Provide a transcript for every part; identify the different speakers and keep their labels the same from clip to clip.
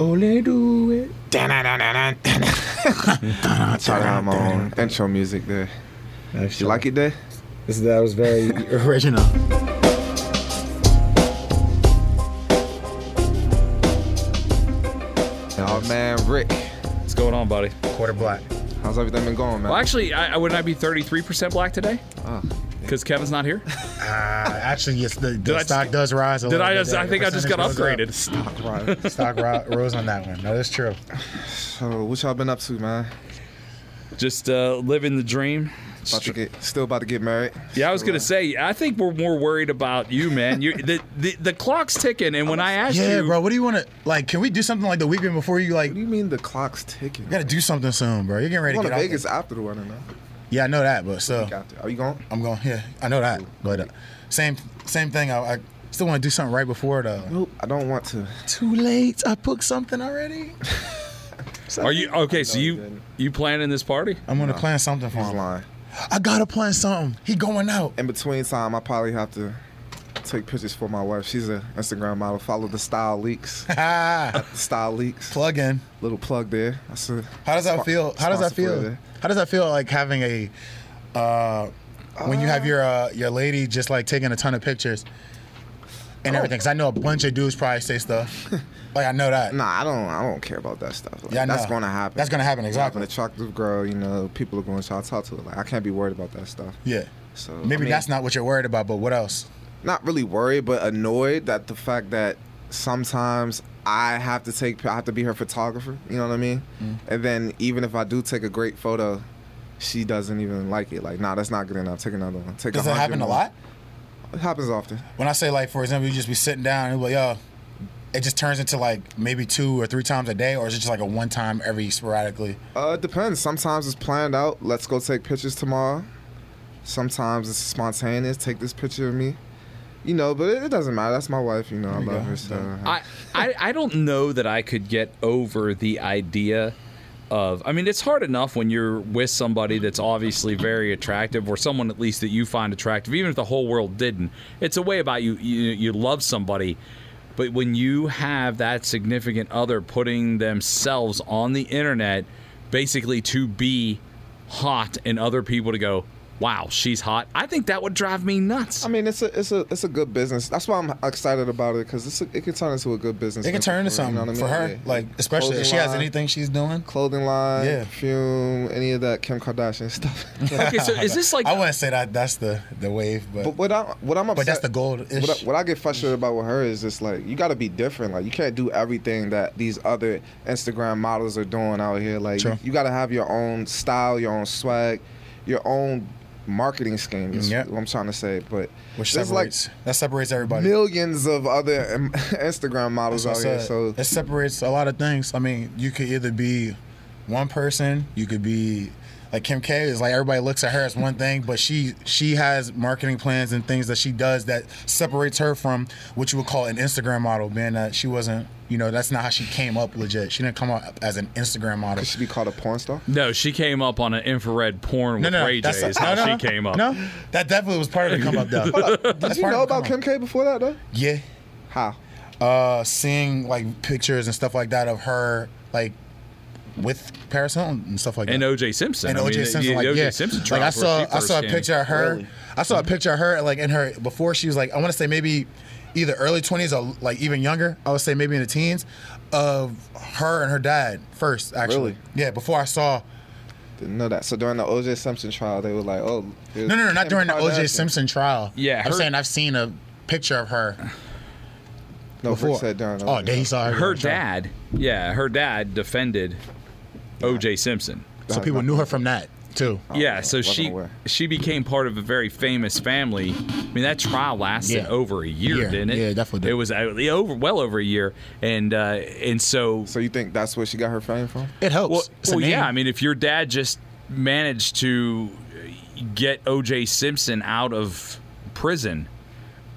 Speaker 1: only do it.
Speaker 2: on intro music there.
Speaker 1: Actually,
Speaker 2: You like it there?
Speaker 1: This, that was very original.
Speaker 2: Oh man, Rick,
Speaker 3: What's going on, buddy?
Speaker 1: Quarter black.
Speaker 2: how's everything been going, man?
Speaker 3: Well, actually, I, I wouldn't I be 33% black today?
Speaker 2: Oh,
Speaker 3: Because Kevin's not here?
Speaker 4: Uh, actually, yes, the,
Speaker 3: I
Speaker 4: the
Speaker 3: just-
Speaker 4: stock does rise a
Speaker 3: Did
Speaker 4: little
Speaker 3: I
Speaker 4: bit.
Speaker 3: just,
Speaker 4: The
Speaker 3: I think I just got
Speaker 4: percentage goes
Speaker 3: upgraded.
Speaker 2: fuck, right.
Speaker 4: up. Stock ro- rose on that one. No, that's true.
Speaker 2: so, what y'all been up to, man?
Speaker 3: Just uh, living the dream.
Speaker 2: About to get, still about to get married.
Speaker 3: Yeah, I was
Speaker 2: So,
Speaker 3: gonna
Speaker 2: uh,
Speaker 3: say. I think we're more worried about you, man. You the, the the clock's ticking, and when I asked
Speaker 4: Yeah,
Speaker 3: you,
Speaker 4: bro. What do you want to like? Can we do something like the weekend before you like?
Speaker 2: What do you mean the clock's ticking?
Speaker 4: We gotta do something soon, bro. You're getting ready
Speaker 2: I'm
Speaker 4: to
Speaker 2: going
Speaker 4: get
Speaker 2: to
Speaker 4: out
Speaker 2: Vegas
Speaker 4: there.
Speaker 2: after the wedding, though.
Speaker 4: Yeah, I know that, but still,
Speaker 2: After. Are you going?
Speaker 4: I'm going. Yeah, I know that, but uh, same same thing. I, I still want to do something right before it. Uh,
Speaker 2: Nope. I don't want to.
Speaker 4: too late. I booked something already.
Speaker 3: are you okay? So
Speaker 2: No, you
Speaker 3: you
Speaker 2: didn't.
Speaker 3: you planning this party?
Speaker 4: I'm gonna plan something for
Speaker 2: He's
Speaker 4: him.
Speaker 2: lying.
Speaker 4: I gotta plan something. He going out.
Speaker 2: In between time, I probably have to take pictures for my wife. She's an Instagram model. Follow the Style Leaks.
Speaker 4: Ah,
Speaker 2: Style Leaks.
Speaker 4: plug in.
Speaker 2: Little plug there. That's a
Speaker 4: How does that
Speaker 2: Spon-
Speaker 4: feel? How does that
Speaker 2: sponsor for
Speaker 4: feel?
Speaker 2: the-
Speaker 4: How does that feel like having a uh, when you have your uh, your lady just like taking a ton of pictures
Speaker 2: Oh.
Speaker 4: and everything? Because I know a bunch of dudes probably say stuff. like I know that.
Speaker 2: Nah, I don't. I don't care about that stuff. Like,
Speaker 4: Yeah, I
Speaker 2: that's
Speaker 4: know.
Speaker 2: gonna happen.
Speaker 4: That's gonna happen,
Speaker 2: It's not
Speaker 4: exactly.
Speaker 2: An attractive girl, you know, people are going to try to talk to her. Like, I can't be worried about that stuff.
Speaker 4: Yeah.
Speaker 2: So
Speaker 4: Maybe
Speaker 2: I mean,
Speaker 4: that's not what you're worried about, but what else?
Speaker 2: not really worried, but annoyed that the fact that sometimes I have to take, I have to be her photographer. You know what I mean?
Speaker 4: Mm.
Speaker 2: And then even if I do take a great photo, she doesn't even like it. Like, nah, that's not good enough. Take another one. Take.
Speaker 4: Does it
Speaker 2: 100
Speaker 4: happen a
Speaker 2: more.
Speaker 4: lot?
Speaker 2: It happens often.
Speaker 4: When I say like, for example, you just be sitting down and be like, yo, it just turns into like maybe two or three times a day, or is it just like a one time every sporadically?
Speaker 2: Uh, it depends. Sometimes it's planned out. Let's go take pictures tomorrow. Sometimes it's spontaneous. Take this picture of me. You know, but it, it doesn't matter. That's my wife. You know, I
Speaker 4: you
Speaker 2: love
Speaker 4: go.
Speaker 2: her. So.
Speaker 3: I, I I don't know that I could get over the idea of. I mean, it's hard enough when you're with somebody that's obviously very attractive, or someone at least that you find attractive, even if the whole world didn't. It's a way about you. You, you love somebody. But when you have that significant other putting themselves on the internet, basically to be hot and other people to go, wow, she's hot, I think that would drive me nuts.
Speaker 2: I mean, it's a it's a it's a good business. That's why I'm excited about it because it can turn into a good business.
Speaker 4: It can turn into
Speaker 2: for her, you
Speaker 4: something
Speaker 2: know what I
Speaker 4: for
Speaker 2: mean?
Speaker 4: her,
Speaker 2: Yeah.
Speaker 4: like especially if
Speaker 2: Clothing
Speaker 4: she has
Speaker 2: line-
Speaker 4: anything she's doing.
Speaker 2: clothing line,
Speaker 4: Yeah.
Speaker 2: perfume, any of that Kim Kardashian stuff.
Speaker 3: okay, so is this like
Speaker 4: I wouldn't say that that's the the wave, but,
Speaker 2: but what I what I'm upset,
Speaker 4: But that's the gold ish.
Speaker 2: What I, what I get frustrated about with her is just like you got to be different. Like you can't do everything that these other Instagram models are doing out here. Like
Speaker 4: True.
Speaker 2: you, got to have your own style, your own swag, your own marketing scheme. Is
Speaker 4: Yep.
Speaker 2: what I'm trying to say. But
Speaker 4: Which
Speaker 2: there's like
Speaker 4: separates that separates everybody.
Speaker 2: millions of other um, Instagram models out
Speaker 4: That's what I
Speaker 2: here.
Speaker 4: said.
Speaker 2: So
Speaker 4: it separates a lot of things. I mean, you could either be one person, you could be like Kim K is like everybody looks at her as one thing, but she she has marketing plans and things that she does that separates her from what you would call an Instagram model, being that she wasn't, you know, that's not how she came up legit. She didn't come up as an Instagram model.
Speaker 2: could she be called a porn star?
Speaker 3: No, she came up on an infrared porn
Speaker 4: No,
Speaker 3: with
Speaker 4: no,
Speaker 3: Ray J.
Speaker 4: that's
Speaker 3: Is how she came up.
Speaker 4: No, that definitely was part of the come up though.
Speaker 2: Did you know about Kim K before that though?
Speaker 4: Yeah.
Speaker 2: How?
Speaker 4: uh, seeing like pictures and stuff like that of her like with Paris Hilton and stuff like
Speaker 3: And
Speaker 4: that.
Speaker 3: O.J. Simpson.
Speaker 4: and
Speaker 3: I
Speaker 4: OJ
Speaker 3: mean, the-
Speaker 4: Simpson,
Speaker 3: the
Speaker 4: like
Speaker 3: O.J.
Speaker 4: yeah,
Speaker 3: Simpson
Speaker 4: like I
Speaker 3: trials where
Speaker 4: saw,
Speaker 3: she
Speaker 4: I
Speaker 3: first
Speaker 4: saw a
Speaker 3: came.
Speaker 4: picture of her,
Speaker 2: Really?
Speaker 4: I saw a picture of her like in her before she was like, I want to say maybe either early twenties or like even younger. I would say maybe in the teens, of her and her dad first actually.
Speaker 2: Really?
Speaker 4: Yeah, before I saw.
Speaker 2: Didn't know that. So during the OJ Simpson trial, they were like, "Oh, here's
Speaker 4: No, no, no, not
Speaker 2: Kim
Speaker 4: during the
Speaker 2: Kardashian.
Speaker 4: OJ Simpson trial.
Speaker 3: Yeah,
Speaker 4: I'm
Speaker 3: her-
Speaker 4: saying I've seen a picture of her
Speaker 2: No, Rick
Speaker 4: before.
Speaker 2: said during. the
Speaker 4: oh,
Speaker 2: OJ.
Speaker 4: they saw her.
Speaker 3: Her
Speaker 4: during the trial.
Speaker 3: dad, yeah, her dad defended O.J. Simpson.
Speaker 4: So people knew her from that too.
Speaker 3: yeah, so
Speaker 2: wasn't
Speaker 3: she
Speaker 2: aware.
Speaker 3: she became part of a very famous family. I mean, that trial lasted
Speaker 4: Yeah.
Speaker 3: over a year,
Speaker 4: Year.
Speaker 3: didn't it?
Speaker 4: Yeah, it definitely did.
Speaker 3: It was uh, yeah, over well over a year, and uh, and so
Speaker 2: So you think that's where she got her fame from?
Speaker 4: It helps.
Speaker 3: Well,
Speaker 4: It's a
Speaker 3: well,
Speaker 4: name.
Speaker 3: yeah. I mean, if your dad just managed to get O.J. Simpson out of prison,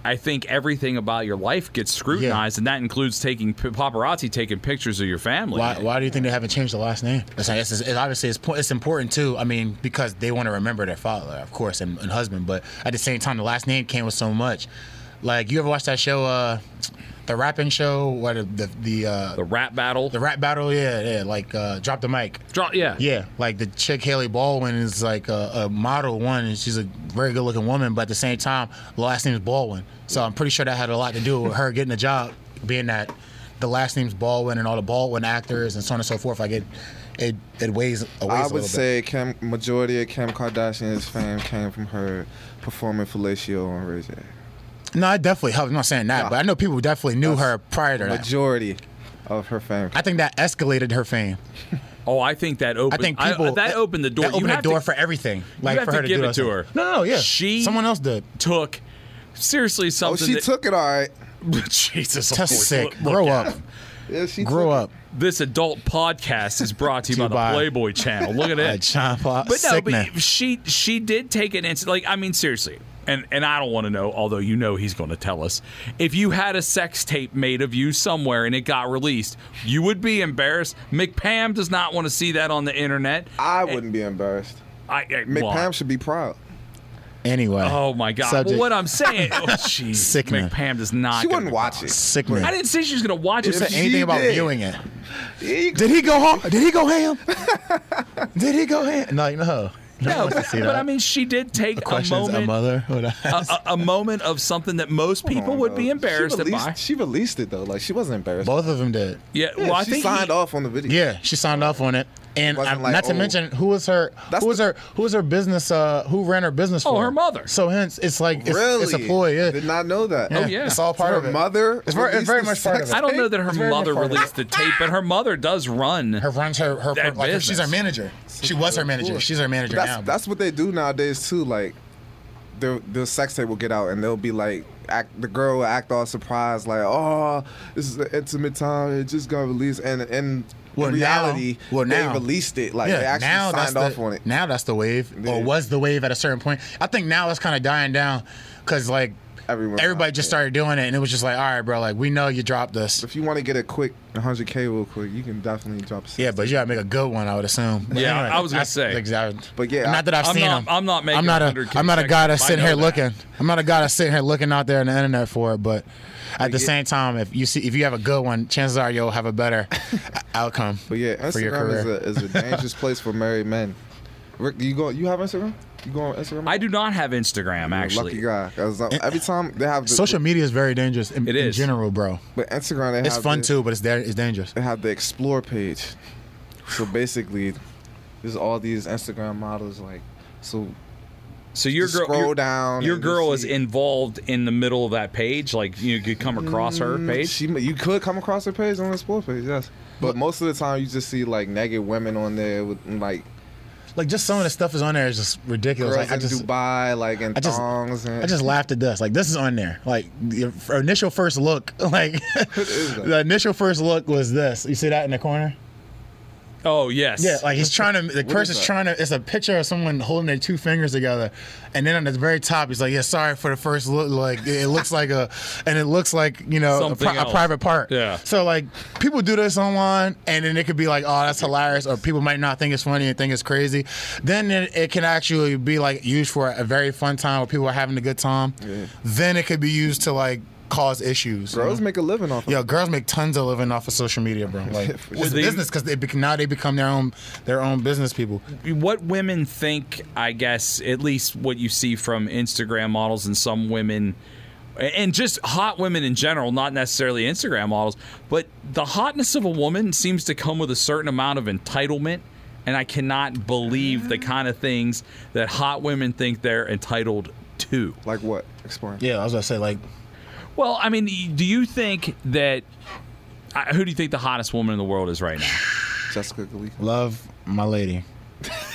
Speaker 3: I think everything about your life gets scrutinized, and that includes taking paparazzi taking pictures of your family.
Speaker 4: Why, why do you think they haven't changed the last name? It's, like, it's, it's obviously it's, po- it's important too. I mean, because they want to remember their father, of course, and, and husband. But at the same time, the last name came with so much. Like you ever watch that show, uh, the rapping show, what the the uh,
Speaker 3: The rap battle.
Speaker 4: the rap battle? Yeah, yeah. Like uh, drop the mic.
Speaker 3: Drop, yeah.
Speaker 4: Yeah, like the chick Haley Baldwin is like a, a model one, and she's a very good looking woman, but at the same time, the last name is Baldwin. So I'm pretty sure that had a lot to do with her getting a job, being that the last name's Baldwin and all the Baldwin actors and so on and so forth. Like it, it, it weighs, it weighs
Speaker 2: I
Speaker 4: a little
Speaker 2: would say Kim, majority of Kim Kardashian's fame came from her performing Felicio on Ray J.
Speaker 4: bit. No, it definitely helped. I'm not saying that,
Speaker 2: Yeah.
Speaker 4: but I know people definitely knew her prior to that.
Speaker 2: Majority of her fame.
Speaker 4: I think that escalated her fame.
Speaker 3: Oh, I think that
Speaker 4: I
Speaker 3: opened.
Speaker 4: think people
Speaker 3: that opened the door.
Speaker 4: That
Speaker 3: You
Speaker 4: opened the
Speaker 3: have to-
Speaker 4: door for everything. Like
Speaker 3: have
Speaker 4: for
Speaker 3: to
Speaker 4: her to
Speaker 3: give
Speaker 4: do
Speaker 3: it
Speaker 4: those
Speaker 3: to
Speaker 4: things.
Speaker 3: her.
Speaker 4: No, no, yeah.
Speaker 3: She-
Speaker 4: someone else did.
Speaker 3: took seriously
Speaker 2: Oh,
Speaker 3: something.
Speaker 2: she
Speaker 3: that-
Speaker 2: took it all right.
Speaker 3: Jesus,
Speaker 4: That's
Speaker 3: Lord,
Speaker 4: sick.
Speaker 3: look- look
Speaker 4: Grow
Speaker 3: at
Speaker 4: up.
Speaker 3: him.
Speaker 2: Yeah, she
Speaker 4: Grow
Speaker 2: took
Speaker 4: up.
Speaker 3: This adult podcast is brought to you
Speaker 4: To
Speaker 3: by,
Speaker 4: buy-
Speaker 3: the Playboy Channel. Look at
Speaker 4: Uh,
Speaker 3: it.
Speaker 4: John Paul.
Speaker 3: but no,
Speaker 4: sick
Speaker 3: but
Speaker 4: man.
Speaker 3: she she did take it and like I mean seriously. And, and I don't want to know, although you know he's going to tell us. If you had a sex tape made of you somewhere and it got released, you would be embarrassed. McPam does not want to see that on the internet.
Speaker 2: I wouldn't be embarrassed.
Speaker 3: I, I
Speaker 2: Mick
Speaker 3: well,
Speaker 2: Pam should be proud.
Speaker 4: Anyway.
Speaker 3: Oh my god!
Speaker 4: Subject.
Speaker 3: Well, what I'm saying, oh jeez,
Speaker 4: Sickening.
Speaker 3: McPam does not.
Speaker 2: She
Speaker 3: gonna
Speaker 2: wouldn't
Speaker 3: be
Speaker 2: watch
Speaker 3: proud.
Speaker 2: it.
Speaker 4: Sick man.
Speaker 3: I didn't say she was going to watch it.
Speaker 4: say
Speaker 2: she
Speaker 4: anything about
Speaker 2: did.
Speaker 4: viewing it.
Speaker 2: Yeah, you
Speaker 4: Did he go home? Did he go ham? Did he go ham? No, no.
Speaker 3: No,
Speaker 4: one
Speaker 3: but,
Speaker 4: wants to see
Speaker 3: but
Speaker 4: that.
Speaker 3: I mean, she did take a,
Speaker 4: questions a
Speaker 3: moment, uh,
Speaker 4: mother would
Speaker 3: a,
Speaker 4: ask.
Speaker 3: a- a moment of something that most people
Speaker 2: Oh,
Speaker 3: would
Speaker 2: no.
Speaker 3: be embarrassed
Speaker 2: she released,
Speaker 3: by.
Speaker 2: She released it though. Like she wasn't embarrassed.
Speaker 4: Both of them did.
Speaker 3: Yeah,
Speaker 2: Yeah,
Speaker 3: well, I
Speaker 2: she
Speaker 3: think
Speaker 2: signed
Speaker 3: he-
Speaker 2: off on the video.
Speaker 4: Yeah, she signed off on it. And
Speaker 2: Wasn't
Speaker 4: I-
Speaker 2: like,
Speaker 4: not to
Speaker 2: oh.
Speaker 4: mention who was her
Speaker 2: That's
Speaker 4: who was
Speaker 2: the-
Speaker 4: her who was her business uh who ran her business
Speaker 3: Oh,
Speaker 4: for?
Speaker 3: her mother.
Speaker 4: So hence it's like it's,
Speaker 2: really?
Speaker 4: it's a ploy, yeah.
Speaker 2: I did not know that.
Speaker 3: Oh, yeah.
Speaker 4: It's all part
Speaker 2: her
Speaker 4: of it.
Speaker 2: mother
Speaker 4: It's very, it's very
Speaker 2: released
Speaker 4: much part
Speaker 2: the
Speaker 4: of it.
Speaker 2: sex
Speaker 3: I don't know that
Speaker 4: It's
Speaker 3: her
Speaker 4: very much
Speaker 3: mother
Speaker 4: part of it.
Speaker 3: released the tape, but her mother does run.
Speaker 4: Her runs her her,
Speaker 3: That
Speaker 4: like she's her
Speaker 3: business.
Speaker 4: manager. She was her manager. She's her manager
Speaker 2: that's,
Speaker 4: now.
Speaker 2: That's what they do nowadays too. Like, the the sex tape will get out and they'll be like, act, the girl will act all surprised, like, oh, this is an intimate time. It just got released, and and
Speaker 4: Well,
Speaker 2: in reality,
Speaker 4: now- well, now-
Speaker 2: they released it. Like they actually
Speaker 4: that's
Speaker 2: signed off
Speaker 4: the,
Speaker 2: on it.
Speaker 4: Now that's the wave,
Speaker 2: Yeah.
Speaker 4: or was the wave at a certain point. I think now it's kind of dying down because like
Speaker 2: Everyone-
Speaker 4: everybody just started doing it, and it was just like, all right, bro, like we know you dropped this.
Speaker 2: If you want to get a quick 100k real quick, you can definitely drop. A
Speaker 4: Yeah, but you gotta make a good one, I would assume. But
Speaker 3: Yeah, I was gonna
Speaker 4: that's
Speaker 3: say.
Speaker 4: exactly.
Speaker 2: But yeah, I-
Speaker 4: not that I've
Speaker 3: I'm
Speaker 4: seen
Speaker 3: not-
Speaker 4: them.
Speaker 3: I'm not making
Speaker 4: I'm not a.
Speaker 3: 100
Speaker 4: I'm not a guy that's
Speaker 3: consecutive. I
Speaker 4: sitting
Speaker 3: know
Speaker 4: here
Speaker 3: that.
Speaker 4: looking. I'm not a guy that's sitting here looking out there on the internet for it. But at the
Speaker 2: yeah.
Speaker 4: same time, if you see if you have a good one, chances are you'll have a better outcome.
Speaker 2: But yeah,
Speaker 4: for your
Speaker 2: Instagram is
Speaker 4: career.
Speaker 2: a, is a dangerous place for married men. Rick, you go. You have Instagram? You go on Instagram?
Speaker 3: I do not have Instagram,
Speaker 2: Lucky
Speaker 3: actually.
Speaker 2: guy. 'Cause, uh, every time they have the,
Speaker 4: Social media is very dangerous in,
Speaker 3: It
Speaker 4: in
Speaker 3: is.
Speaker 4: general, bro.
Speaker 2: but Instagram they
Speaker 4: It's
Speaker 2: have
Speaker 4: fun
Speaker 2: the-
Speaker 4: too, but it's there. It's dangerous.
Speaker 2: They have the explore page. So basically, there's all these Instagram models like. So
Speaker 3: So your
Speaker 2: Just
Speaker 3: girl,
Speaker 2: scroll
Speaker 3: your,
Speaker 2: down
Speaker 3: Your
Speaker 2: and you
Speaker 3: girl is
Speaker 2: see-
Speaker 3: involved in the middle of that page. Like you could come across her page.
Speaker 2: Mm, she, you could come across her page on the explore page, yes. But most of the time, you just see like naked women on there with like
Speaker 4: Like just some of the stuff is on there is just ridiculous.
Speaker 2: girls
Speaker 4: Like I
Speaker 2: in
Speaker 4: just
Speaker 2: Dubai, like in
Speaker 4: I just-
Speaker 2: thongs. And,
Speaker 4: I just laughed at this. Like this is on there. Like the initial first look, like
Speaker 2: is that?
Speaker 4: the initial first look was this. You see that in the corner?
Speaker 3: Oh yes.
Speaker 4: Yeah, like he's trying to. The person's
Speaker 2: that?
Speaker 4: trying to. It's a picture of someone holding their two fingers together, and then on the very top, he's like, "Yeah, sorry for the first look. Like it looks like a, and it looks like you know a,
Speaker 3: Something
Speaker 4: pri- a
Speaker 3: else.
Speaker 4: private part.
Speaker 3: Yeah.
Speaker 4: So like people do this online, and then it could be like, oh, that's hilarious, or people might not think it's funny and think it's crazy. Then it, it can actually be like used for a very fun time where people are having a good time. Then it could be used to like cause issues. you
Speaker 2: girls
Speaker 4: know?
Speaker 2: make a living off. of
Speaker 4: Yo, girls make tons of living off of social media, bro. Like
Speaker 2: For
Speaker 4: it's a
Speaker 3: sure.
Speaker 4: business because they bec- now they become their own their own business people.
Speaker 3: what women think, I guess, at least what you see from Instagram models and some women, and just hot women in general, not necessarily Instagram models, but the hotness of a woman seems to come with a certain amount of entitlement. And I cannot believe the kind of things that hot women think they're entitled to.
Speaker 2: Like what? Exploring.
Speaker 4: Yeah, I was gonna say like
Speaker 3: Well, I mean, do you think that? I- Who do you think the hottest woman in the world is right now?
Speaker 2: Jessica Gleason.
Speaker 4: love my lady,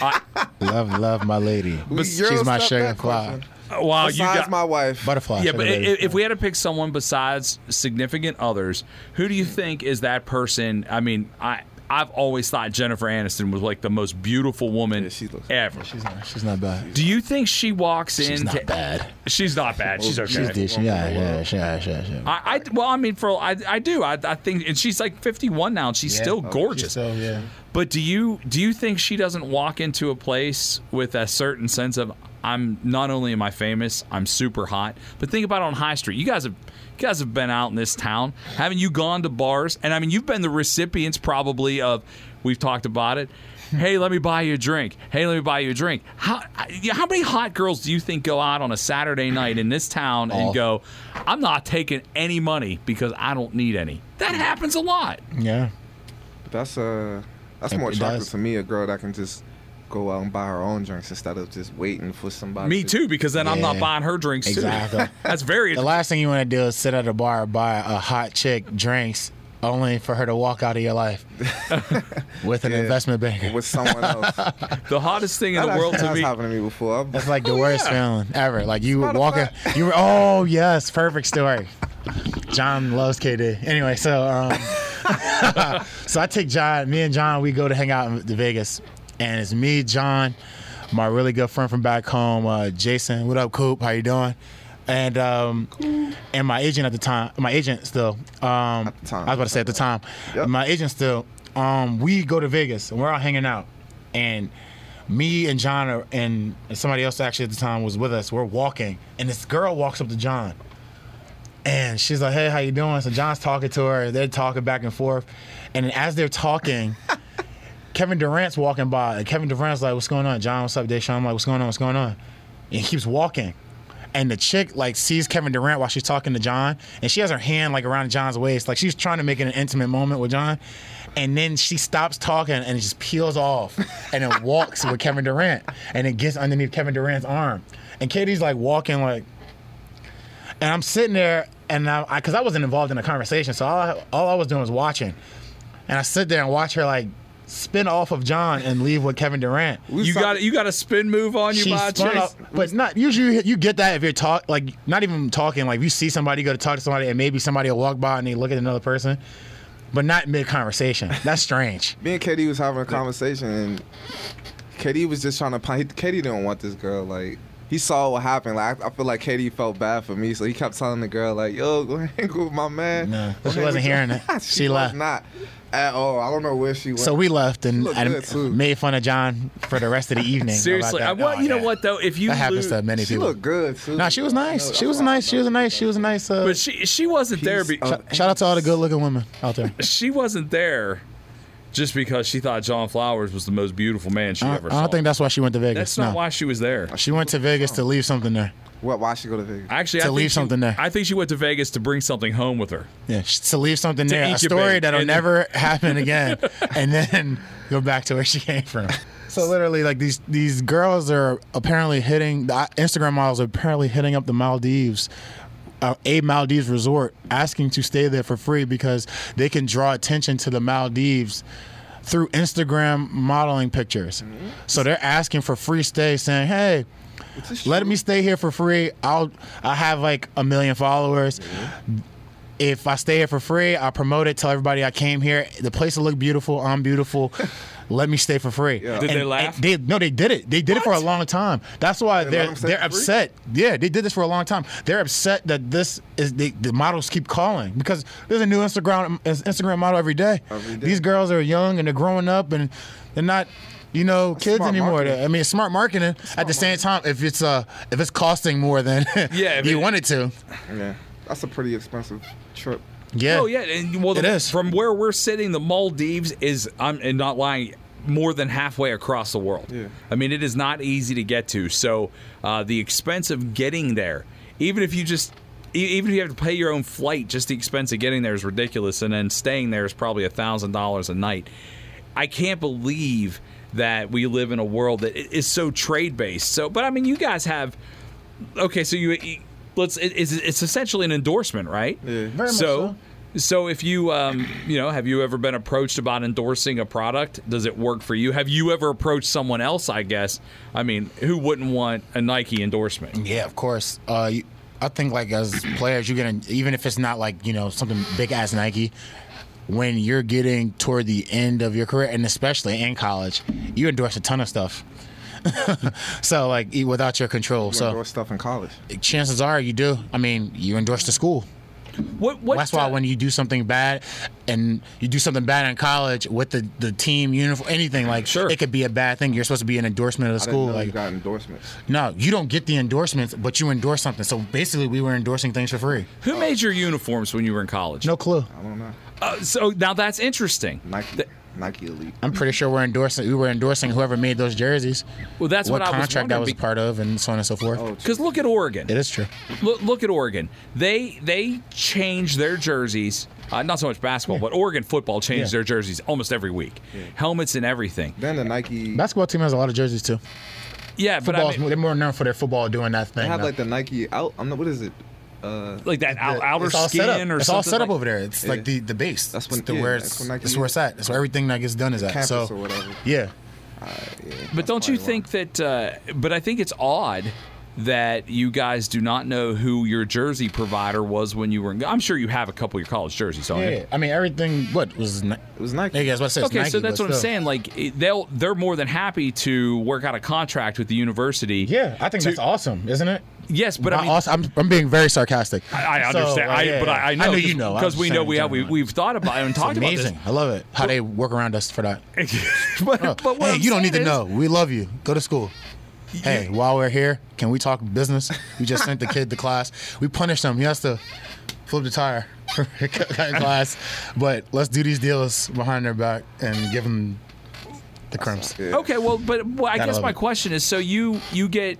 Speaker 3: I,
Speaker 4: love love my lady.
Speaker 2: Euro
Speaker 4: She's my
Speaker 2: step
Speaker 4: sugar
Speaker 2: back
Speaker 4: fly,
Speaker 2: question.
Speaker 3: wow, Oh, you
Speaker 2: Besides
Speaker 3: got
Speaker 2: my wife.
Speaker 4: butterfly.
Speaker 3: Yeah,
Speaker 4: sugar
Speaker 3: but i-
Speaker 4: lady.
Speaker 3: if, if we had to pick someone besides significant others, who do you think is that person? I mean, I I've always thought Jennifer Aniston was like the most beautiful woman
Speaker 2: Yeah, she looks-
Speaker 3: ever.
Speaker 4: she's not, she's not bad.
Speaker 3: Do you think she walks in?
Speaker 4: She's not bad.
Speaker 3: She's not bad. She's okay.
Speaker 4: She's decent. Yeah, yeah, yeah, yeah, yeah.
Speaker 3: I, I well, I mean, for I, I do. I, I think, and she's like 51 now, and she's
Speaker 4: Yeah.
Speaker 3: still
Speaker 4: Oh,
Speaker 3: gorgeous.
Speaker 4: So yeah.
Speaker 3: But do you do you think she doesn't walk into a place with a certain sense of I'm not only am I famous, I'm super hot. But think about on High Street. You guys have you guys have been out in this town. Haven't you gone to bars? And I mean, you've been the recipients probably of. We've talked about it. Hey, let me buy you a drink. Hey, let me buy you a drink. How I- how many hot girls do you think go out on a Saturday night in this town
Speaker 4: All.
Speaker 3: and go, "I'm not taking any money because I don't need any." That happens a lot.
Speaker 4: Yeah.
Speaker 2: That's uh that's
Speaker 4: It-
Speaker 2: more
Speaker 4: it
Speaker 2: attractive
Speaker 4: does.
Speaker 2: to me, a girl that can just go out and buy her own drinks instead of just waiting for somebody.
Speaker 3: Me
Speaker 2: to-
Speaker 3: too, because then I'm not
Speaker 4: Yeah.
Speaker 3: buying her drinks too.
Speaker 4: Exactly.
Speaker 3: That's very
Speaker 4: The last thing you want to do is sit at a bar, buy a hot chick drinks, only for her to walk out of your life with an
Speaker 2: Yeah.
Speaker 4: investment banker.
Speaker 2: With someone else. That
Speaker 3: the hottest thing in the
Speaker 2: actually
Speaker 3: world to
Speaker 2: has
Speaker 3: me.
Speaker 2: happened to me before. I've-
Speaker 4: That's like the worst feeling ever. Like you were
Speaker 2: Matter of
Speaker 4: walking, you were oh yes, perfect story. John loves KD. Anyway, so um, so I take John. Me and John, we go to hang out in Vegas, and it's me, John, my really good friend from back home, uh, Jason. What up, Coop? How you doing? And um, and my agent at the time, my agent still. Um,
Speaker 2: the time.
Speaker 4: I was about to say at the time,
Speaker 2: Yep.
Speaker 4: my agent still. Um, we go to Vegas and we're all hanging out, and me and John are, and somebody else actually at the time was with us. We're walking, and this girl walks up to John, and she's like, "Hey, how you doing?" So John's talking to her. They're talking back and forth, and as they're talking, Kevin Durant's walking by. And Kevin Durant's like, "What's going on, John? What's up, Deshaun?" I'm like, "What's going on? What's going on?" And he keeps walking. And the chick like sees Kevin Durant while she's talking to John, and she has her hand like around John's waist, like she's trying to make it an intimate moment with John. And then she stops talking and just peels off, and then walks with Kevin Durant, and it gets underneath Kevin Durant's arm. And Katie's like walking like, and I'm sitting there, and I, I cause I wasn't involved in the conversation, so all I, all I was doing was watching. And I sit there and watch her like spin off of John and leave with Kevin Durant.
Speaker 2: We
Speaker 3: You
Speaker 2: saw-
Speaker 3: got you got a spin move on you
Speaker 4: She
Speaker 3: by a
Speaker 4: spun
Speaker 3: chick?
Speaker 4: up, but not usually you get that if you're talk like not even talking like you see somebody you go to talk to somebody and maybe somebody will walk by and they look at another person, but not mid conversation. That's strange.
Speaker 2: me and Katie was having a conversation and Katie was just trying to pun- he- Katie didn't want this girl like he saw what happened. Like I I feel like Katie felt bad for me, so he kept telling the girl like, "Yo, go hang with my man."
Speaker 4: No,
Speaker 2: Go
Speaker 4: she
Speaker 2: hang
Speaker 4: wasn't
Speaker 2: with your-
Speaker 4: hearing it.
Speaker 2: she,
Speaker 4: She
Speaker 2: was
Speaker 4: left.
Speaker 2: not at all. I don't know where she went.
Speaker 4: So we left and
Speaker 2: looked
Speaker 4: I
Speaker 2: good, too.
Speaker 4: made fun of John for the rest of the evening. about
Speaker 3: Seriously,
Speaker 4: that.
Speaker 3: I want
Speaker 4: Oh,
Speaker 3: you know
Speaker 4: yeah.
Speaker 3: what though. If you
Speaker 4: That happens
Speaker 3: lose-
Speaker 4: to many
Speaker 2: she
Speaker 4: people.
Speaker 2: looked good too.
Speaker 4: Nah, she was
Speaker 2: I
Speaker 4: nice.
Speaker 2: know,
Speaker 4: She was
Speaker 2: that's why I
Speaker 4: nice. She was a nice. She was a nice. Uh,
Speaker 3: but she she wasn't there. Be,
Speaker 2: Peace of-
Speaker 4: shout out to all the good looking women out there.
Speaker 3: Oh, she wasn't there just because she thought John Flowers was the most beautiful man she
Speaker 4: I, I
Speaker 3: ever saw.
Speaker 4: don't think that's why she went to Vegas.
Speaker 3: that's not
Speaker 4: no.
Speaker 3: why Oh. she was there.
Speaker 4: she went to Vegas to leave something there.
Speaker 2: What? Why she go to Vegas?
Speaker 3: Actually, I
Speaker 4: To
Speaker 3: think
Speaker 4: leave
Speaker 3: she-
Speaker 4: something there.
Speaker 3: I think she went to Vegas to bring something home with her.
Speaker 4: Yeah, sh- to leave something there, a
Speaker 3: incubate
Speaker 4: story that'll
Speaker 3: and then-
Speaker 4: never happen again, and then go back to where she came from. So literally, like these these girls are apparently hitting the uh, Instagram models are apparently hitting up the Maldives. Uh, a Maldives resort asking to stay there for free because they can draw attention to the Maldives through Instagram modeling pictures. So they're asking for free stay, saying, "Hey, let me stay here for free. I'll I have like a million followers.
Speaker 2: Mm-hmm.
Speaker 4: If I stay here for free, I promote it. Tell everybody I came here. The place will look beautiful. I'm beautiful. Let me stay for free.
Speaker 3: Did they laugh?
Speaker 4: they, no, they did it. They did it for a long time. That's why
Speaker 2: let
Speaker 4: they are
Speaker 2: them stay
Speaker 4: they're
Speaker 2: for free?
Speaker 4: upset. Yeah, they did this for a long time. They're upset that this is they, the models keep calling because there's a new Instagram Instagram model every day.
Speaker 2: Every day.
Speaker 4: These girls are young and they're growing up and they're not, you know, kids
Speaker 2: smart
Speaker 4: anymore.
Speaker 2: marketing.
Speaker 4: I mean, it's smart marketing. At the same time, if it's uh if it's costing more than
Speaker 3: Yeah, if
Speaker 4: you
Speaker 3: it-
Speaker 4: want it to,
Speaker 2: Yeah, that's a pretty expensive trip.
Speaker 4: yeah,
Speaker 3: Oh yeah, and, well,
Speaker 4: It
Speaker 3: the-
Speaker 4: is.
Speaker 3: from where we're sitting. The Maldives is, I'm and not lying, more than halfway across the world.
Speaker 2: Yeah.
Speaker 3: I mean, it is not easy to get to. So uh, the expense of getting there, even if you just, e- even if you have to pay your own flight, just the expense of getting there is ridiculous, and then staying there is probably a thousand dollars a night. I can't believe that we live in a world that i- is so trade based. So, but I mean, you guys have okay. So you. you- Let's. it- It's, it's essentially an endorsement, right?
Speaker 2: Yeah.
Speaker 4: Very much
Speaker 3: so, so, if you, um, you know, have you ever been approached about endorsing a product? Does it work for you? Have you ever approached someone else? I guess. I mean, who wouldn't want a Nike endorsement?
Speaker 4: Yeah, of course. Uh, you, I think like as players, you're gonna even if it's not like you know something big as Nike. When you're getting toward the end of your career, and especially in college, you endorse a ton of stuff. so like e- without your control,
Speaker 2: You
Speaker 4: so
Speaker 2: endorse stuff in college.
Speaker 4: chances are you do. I mean, you endorse the school.
Speaker 3: What? What?
Speaker 4: That's why
Speaker 3: ti-
Speaker 4: when you do something bad, and you do something bad in college with the, the team uniform, anything like,
Speaker 3: Sure.
Speaker 4: it could be a bad thing. You're supposed to be an endorsement of the
Speaker 2: I didn't
Speaker 4: school.
Speaker 2: know you
Speaker 4: Like,
Speaker 2: got endorsements.
Speaker 4: no, you don't get the endorsements, but you endorse something. So basically, we were endorsing things for free.
Speaker 3: who made your uniforms when you were in college?
Speaker 4: No clue.
Speaker 2: I don't know.
Speaker 3: Uh, so now that's interesting.
Speaker 2: Nike, Nike Elite.
Speaker 4: I'm pretty sure we're endorsing. We were endorsing whoever made those jerseys.
Speaker 3: Well, that's what,
Speaker 4: what
Speaker 3: I was
Speaker 4: contract that was
Speaker 3: wondering.
Speaker 4: part of, and so on and so
Speaker 2: Oh.
Speaker 4: forth.
Speaker 3: Because look at Oregon.
Speaker 4: It is true.
Speaker 3: Look, look at Oregon. They they change their jerseys. Uh, not so much basketball, but Oregon football changed
Speaker 4: Yeah.
Speaker 3: their jerseys almost every week. Helmets and everything.
Speaker 2: Then the Nike.
Speaker 4: Basketball team has a lot of jerseys too.
Speaker 3: Yeah, but I
Speaker 4: Football's,
Speaker 3: mean,
Speaker 4: they're more known for their football doing that
Speaker 2: They
Speaker 4: thing.
Speaker 2: have
Speaker 4: though.
Speaker 2: like the Nike out. I'm not. What is it? Uh,
Speaker 3: like that ou-
Speaker 4: The-
Speaker 3: outer
Speaker 4: it's all
Speaker 3: skin
Speaker 4: set up.
Speaker 3: or
Speaker 4: it's
Speaker 3: something.
Speaker 4: all set up
Speaker 3: like-
Speaker 4: over there. It's
Speaker 2: Yeah.
Speaker 4: like the the base.
Speaker 2: That's
Speaker 4: That's
Speaker 2: when-
Speaker 4: when the
Speaker 2: yeah,
Speaker 4: where
Speaker 2: that's
Speaker 4: it's
Speaker 2: when Nike
Speaker 4: that's where it's at. That's where everything that gets done is at.
Speaker 2: campus
Speaker 4: So
Speaker 2: or whatever.
Speaker 4: yeah,
Speaker 3: But don't you think that? Uh, but I think it's odd that you guys do not know who your jersey provider was when you were. in I'm sure you have a couple of your college jerseys on
Speaker 4: yeah.
Speaker 3: it.
Speaker 4: I mean everything. What was Ni-
Speaker 2: It was Nike.
Speaker 4: yeah, I was about to say, it's
Speaker 3: Okay,
Speaker 4: Nike,
Speaker 3: so that's
Speaker 4: but
Speaker 3: what I'm
Speaker 4: still.
Speaker 3: saying. Like it- they'll they're more than happy to work out a contract with the university.
Speaker 4: Yeah, I think that's awesome, isn't it?
Speaker 3: Yes, but I, mean,
Speaker 4: also, I'm, I'm being very sarcastic.
Speaker 3: I
Speaker 4: So,
Speaker 3: understand. I,
Speaker 4: yeah,
Speaker 3: but I, I know,
Speaker 4: I know you know I'm
Speaker 3: because we
Speaker 4: just
Speaker 3: know
Speaker 4: saying
Speaker 3: we have we,
Speaker 4: generally.
Speaker 3: we've thought about and talked
Speaker 4: Amazing. I love it. How they work around us for that.
Speaker 3: about this. but, but what
Speaker 4: hey,
Speaker 3: I'm
Speaker 4: you don't need to
Speaker 3: saying is-
Speaker 4: know. We love you. Go to school. Hey, while we're here, can we talk business? We just sent the kid to class. We punished him. He has to flip the tire in class. But let's do these deals behind their back and give them the crumbs.
Speaker 2: Yeah.
Speaker 3: Okay, well, but well, I
Speaker 4: Gotta
Speaker 3: guess
Speaker 4: love
Speaker 3: my
Speaker 4: it.
Speaker 3: question is: so you you get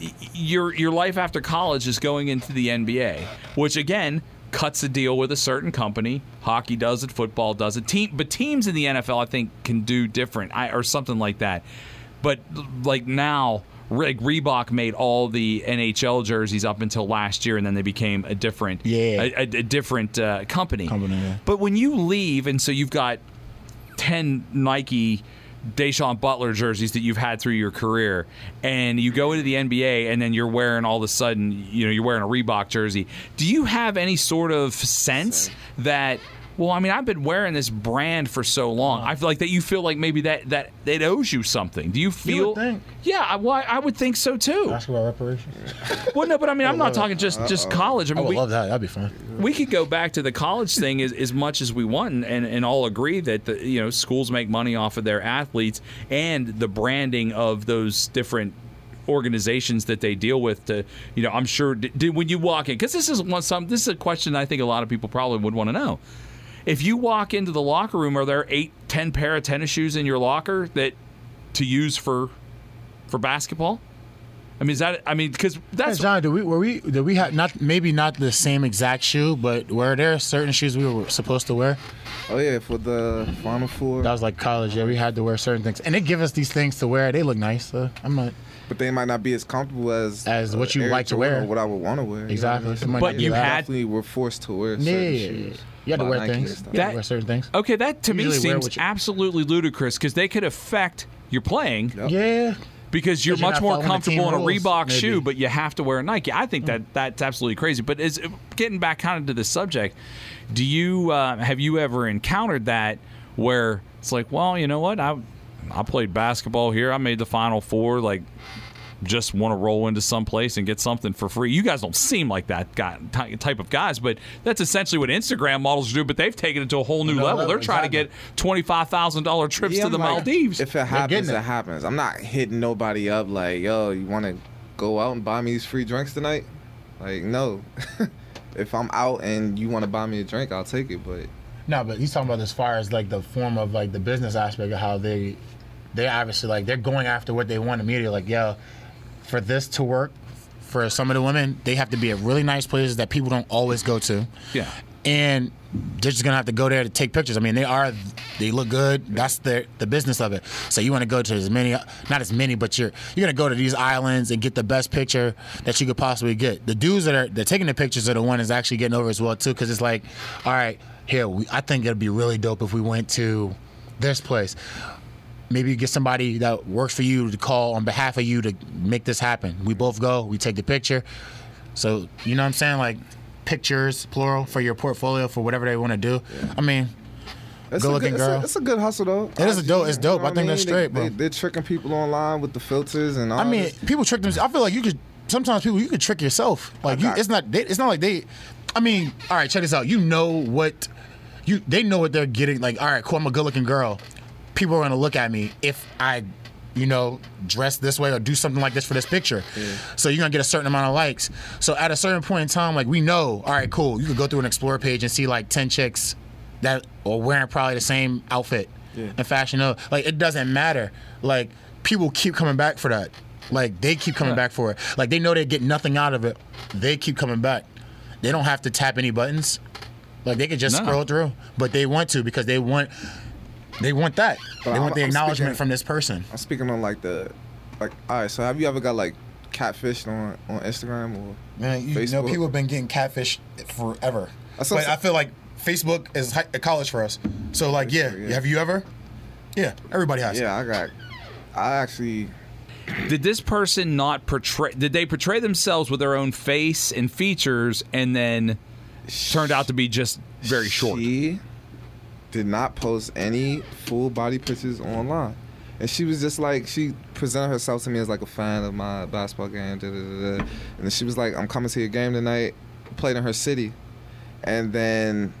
Speaker 3: y- your your life after college is going into the NBA, which again cuts a deal with a certain company. Hockey does it, football does it. Team, but teams in the NFL, I think, can do different I, or something like that. But like now. Like Reebok made all the NHL jerseys up until last year, and then they became a different,
Speaker 4: Yeah.
Speaker 3: a, a, a different uh, company.
Speaker 4: Company, yeah.
Speaker 3: But when you leave, and so you've got 10 Nike Deshaun Butler jerseys that you've had through your career, and you go into the NBA, and then you're wearing all of a sudden, you know, you're wearing a Reebok jersey. Do you have any sort of sense that? Well, I mean, I've been wearing this brand for so long.
Speaker 4: Uh-huh.
Speaker 3: I feel like that you feel like maybe that that it owes you something. Do you feel?
Speaker 4: think.
Speaker 3: Yeah, I, well, I would think so too.
Speaker 4: Basketball reparations.
Speaker 3: Well, no, but I mean, I'm not talking just just college. I
Speaker 4: I
Speaker 3: mean,
Speaker 4: would
Speaker 3: we,
Speaker 4: love that. That'd be fun.
Speaker 3: we could go back to the college thing as, as much as we want and, and, and all agree that the you know schools make money off of their athletes and the branding of those different organizations that they deal with to you know i'm sure d d- when you walk in because this is one some this is a question i think a lot of people probably would want to know if you walk into the locker room are there eight ten pair of tennis shoes in your locker that to use for for basketball i mean is that i mean because
Speaker 4: Hey,
Speaker 3: that's
Speaker 4: John, do we were we did we have not maybe not the same exact shoe, but were there certain shoes we were supposed to wear?
Speaker 2: Oh yeah, for the Final Four.
Speaker 4: That was like college. Yeah, we had to wear certain things, and they give us these things to wear. They look nice. So I'm not
Speaker 2: but they might not be as comfortable as
Speaker 4: As what you
Speaker 2: Air
Speaker 4: like to
Speaker 2: Jordan
Speaker 4: wear.
Speaker 2: or what I would want to wear. You know
Speaker 4: Exactly.
Speaker 2: what I mean?
Speaker 4: It might
Speaker 2: So,
Speaker 3: not be that.
Speaker 2: definitely were forced to wear.
Speaker 4: Yeah,
Speaker 2: certain
Speaker 4: yeah, yeah.
Speaker 2: shoes Oh.
Speaker 4: You had to
Speaker 2: by
Speaker 4: wear
Speaker 2: Nike and
Speaker 4: things.
Speaker 2: stuff.
Speaker 4: You had
Speaker 3: That-
Speaker 4: to wear certain things.
Speaker 3: Okay, that to me
Speaker 4: Usually wear what
Speaker 3: seems
Speaker 4: you-
Speaker 3: absolutely ludicrous because they could affect your playing
Speaker 4: Yeah.
Speaker 3: because you're
Speaker 4: Because you're
Speaker 3: much
Speaker 4: not
Speaker 3: more
Speaker 4: following the team
Speaker 3: comfortable in a
Speaker 4: rules,
Speaker 3: Reebok
Speaker 4: maybe. Hmm.
Speaker 3: shoe, but you have to wear a Nike. I think that that's absolutely crazy. But is getting back kind of to the subject, do you uh, have you ever encountered that where it's like, well, you know what, I I played basketball here, I made the Final Four, like just want to roll into some place and get something for free. You guys don't seem like that guy, ty- type of guys, but that's essentially what Instagram models do. But they've taken it to a whole new
Speaker 4: No,
Speaker 3: level.
Speaker 4: no,
Speaker 3: They're trying to
Speaker 4: exactly.
Speaker 3: get twenty five thousand dollar trips
Speaker 2: Yeah,
Speaker 3: to the
Speaker 2: I'm like,
Speaker 3: Maldives.
Speaker 2: If it happens,
Speaker 4: getting
Speaker 2: it.
Speaker 4: it.
Speaker 2: happens. I'm not hitting nobody up like, yo, you want to go out and buy me these free drinks tonight? Like, no. if I'm out and you want to buy me a drink, I'll take it. But
Speaker 4: No, but he's talking about as far as like the form of like the business aspect of how they they obviously like they're going after what they want immediately. Like, yo, for this to work for some of the women, they have to be at really nice places that people don't always go to.
Speaker 3: yeah.
Speaker 4: and they're just gonna have to go there to take pictures. I mean, they are, they look good. That's the the business of it. So you want to go to as many, not as many, but you're you're gonna go to these islands and get the best picture that you could possibly get. The dudes that are they're taking the pictures are the one that's actually getting over as well too, because it's like, all right, here, we, I think it'd be really dope if we went to this place maybe you get somebody that works for you to call on behalf of you to make this happen. We both go, we take the picture. So, you know what I'm saying? Like pictures, plural, for your portfolio, for whatever they want to do. I mean,
Speaker 2: it's a
Speaker 4: Good-looking
Speaker 2: good, it's a-
Speaker 4: girl.
Speaker 2: It's a, good hustle though.
Speaker 4: It is a
Speaker 2: IG,
Speaker 4: dope- it's
Speaker 2: you
Speaker 4: dope.
Speaker 2: know
Speaker 4: I
Speaker 2: what
Speaker 4: think that's
Speaker 2: They-
Speaker 4: straight,
Speaker 2: they,
Speaker 4: bro.
Speaker 2: They, are tricking people online with the filters and all.
Speaker 4: I mean,
Speaker 2: this.
Speaker 4: people trick themselves. I feel like you could, sometimes people, you could trick yourself. Like, you,
Speaker 2: got-
Speaker 4: it's not, they, it's not like they, I mean, all right, check this out. You know what you they know what they're getting. Like, all right, cool, I'm a good looking girl. People are gonna look at me if I, you know, dress this way or do something like this for this picture. So you're gonna get a certain amount of likes. So at a certain point in time, like we know, all right, cool, you could go through an explore page and see like ten chicks that are wearing probably the same outfit and fashion. up. Like it doesn't matter. Like people keep coming back for that. Like they keep coming back for it. Like they know they get nothing out of it. They keep coming back. They don't have to tap any buttons. Like they could just
Speaker 3: No.
Speaker 4: scroll through, but they want to because they want they want that.
Speaker 2: But
Speaker 4: they
Speaker 2: I'm-
Speaker 4: want the
Speaker 2: I'm
Speaker 4: acknowledgement
Speaker 2: speaking-
Speaker 4: from this person.
Speaker 2: I'm speaking on like the, like all right. So have you ever got like catfished on on Instagram or?
Speaker 4: Man, you know,
Speaker 2: Facebook.
Speaker 4: people have been getting catfish forever.
Speaker 2: That's what
Speaker 4: But
Speaker 2: I'm
Speaker 4: I feel like Facebook is hi- college for us. So like, yeah,
Speaker 2: Facebook, yeah.
Speaker 4: have you ever? Yeah, everybody has.
Speaker 2: Yeah, I got. I actually.
Speaker 3: Did this person not portray? Did they portray themselves with their own face and features, and then turned out to be just very short?
Speaker 2: She did not post any full body pictures online. And she was just like, she presented herself to me as like a fan of my basketball game. Da, da, da, da. And then she was like, I'm coming to your game tonight. Played in her city. And then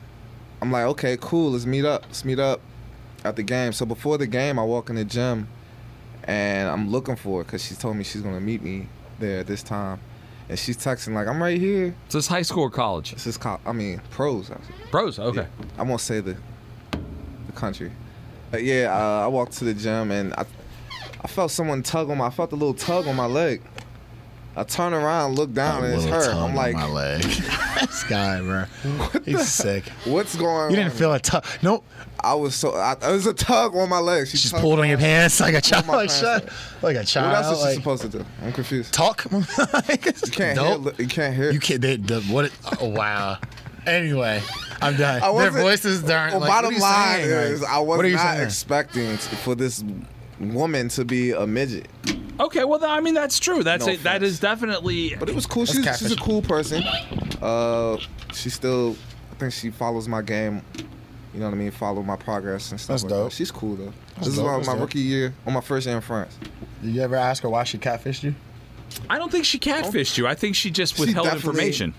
Speaker 2: I'm like, okay, cool. Let's meet up. Let's meet up at the game. So before the game, I walk in the gym and I'm looking for her because she told me she's going to meet me there this time. And she's texting, like, I'm right here.
Speaker 3: So it's high school or college?
Speaker 2: This is, col- I mean, pros. I was-
Speaker 3: Pros. Okay.
Speaker 2: I won't say the the country. But yeah, uh, I walked to the gym and I I felt someone tug on my I felt a little tug on my leg. I turn around, look down, and it's her. I'm like,
Speaker 4: my leg. this guy, bro, he's sick.
Speaker 2: what's going
Speaker 4: You
Speaker 2: on?
Speaker 4: didn't feel a tug? Nope.
Speaker 2: I was so I, it was a tug on my leg. She
Speaker 4: She just
Speaker 2: tugged-
Speaker 4: pulled on your pants like a
Speaker 2: Pulled
Speaker 4: child.
Speaker 2: my
Speaker 4: Like,
Speaker 2: pants
Speaker 4: shut, like a
Speaker 2: What
Speaker 4: child.
Speaker 2: else is she
Speaker 4: like,
Speaker 2: supposed to do? I'm confused.
Speaker 4: talk? you
Speaker 2: Can't hear,
Speaker 4: nope.
Speaker 2: you can't hear.
Speaker 4: You can't. They, the, what? Oh, wow. Anyway, I'm done.
Speaker 2: I
Speaker 4: Their
Speaker 2: wasn't-
Speaker 4: voices aren't.
Speaker 2: Well,
Speaker 4: like,
Speaker 2: bottom
Speaker 4: what are
Speaker 2: line
Speaker 4: you saying?
Speaker 2: is,
Speaker 4: Like,
Speaker 2: I was
Speaker 4: what are you
Speaker 2: not
Speaker 4: saying?
Speaker 2: expecting to- for this woman to be a midget.
Speaker 3: Okay. Well, th- I mean that's true. That's
Speaker 2: No
Speaker 3: it. That
Speaker 2: offense.
Speaker 3: is definitely.
Speaker 2: But it was cool. She's, she's a
Speaker 4: catfish.
Speaker 2: cool person. Uh, she still, I think she follows my game. You know what I mean? Follow my progress and stuff.
Speaker 4: That's
Speaker 2: like
Speaker 4: dope.
Speaker 2: That. She's cool though.
Speaker 4: That's
Speaker 2: this
Speaker 4: dope,
Speaker 2: is
Speaker 4: that's
Speaker 2: my, my
Speaker 4: dope.
Speaker 2: rookie year, on my first year in France.
Speaker 4: Did you ever ask her why she catfished you?
Speaker 3: I don't think she catfished you. I think she just withheld
Speaker 2: definitely-
Speaker 3: information.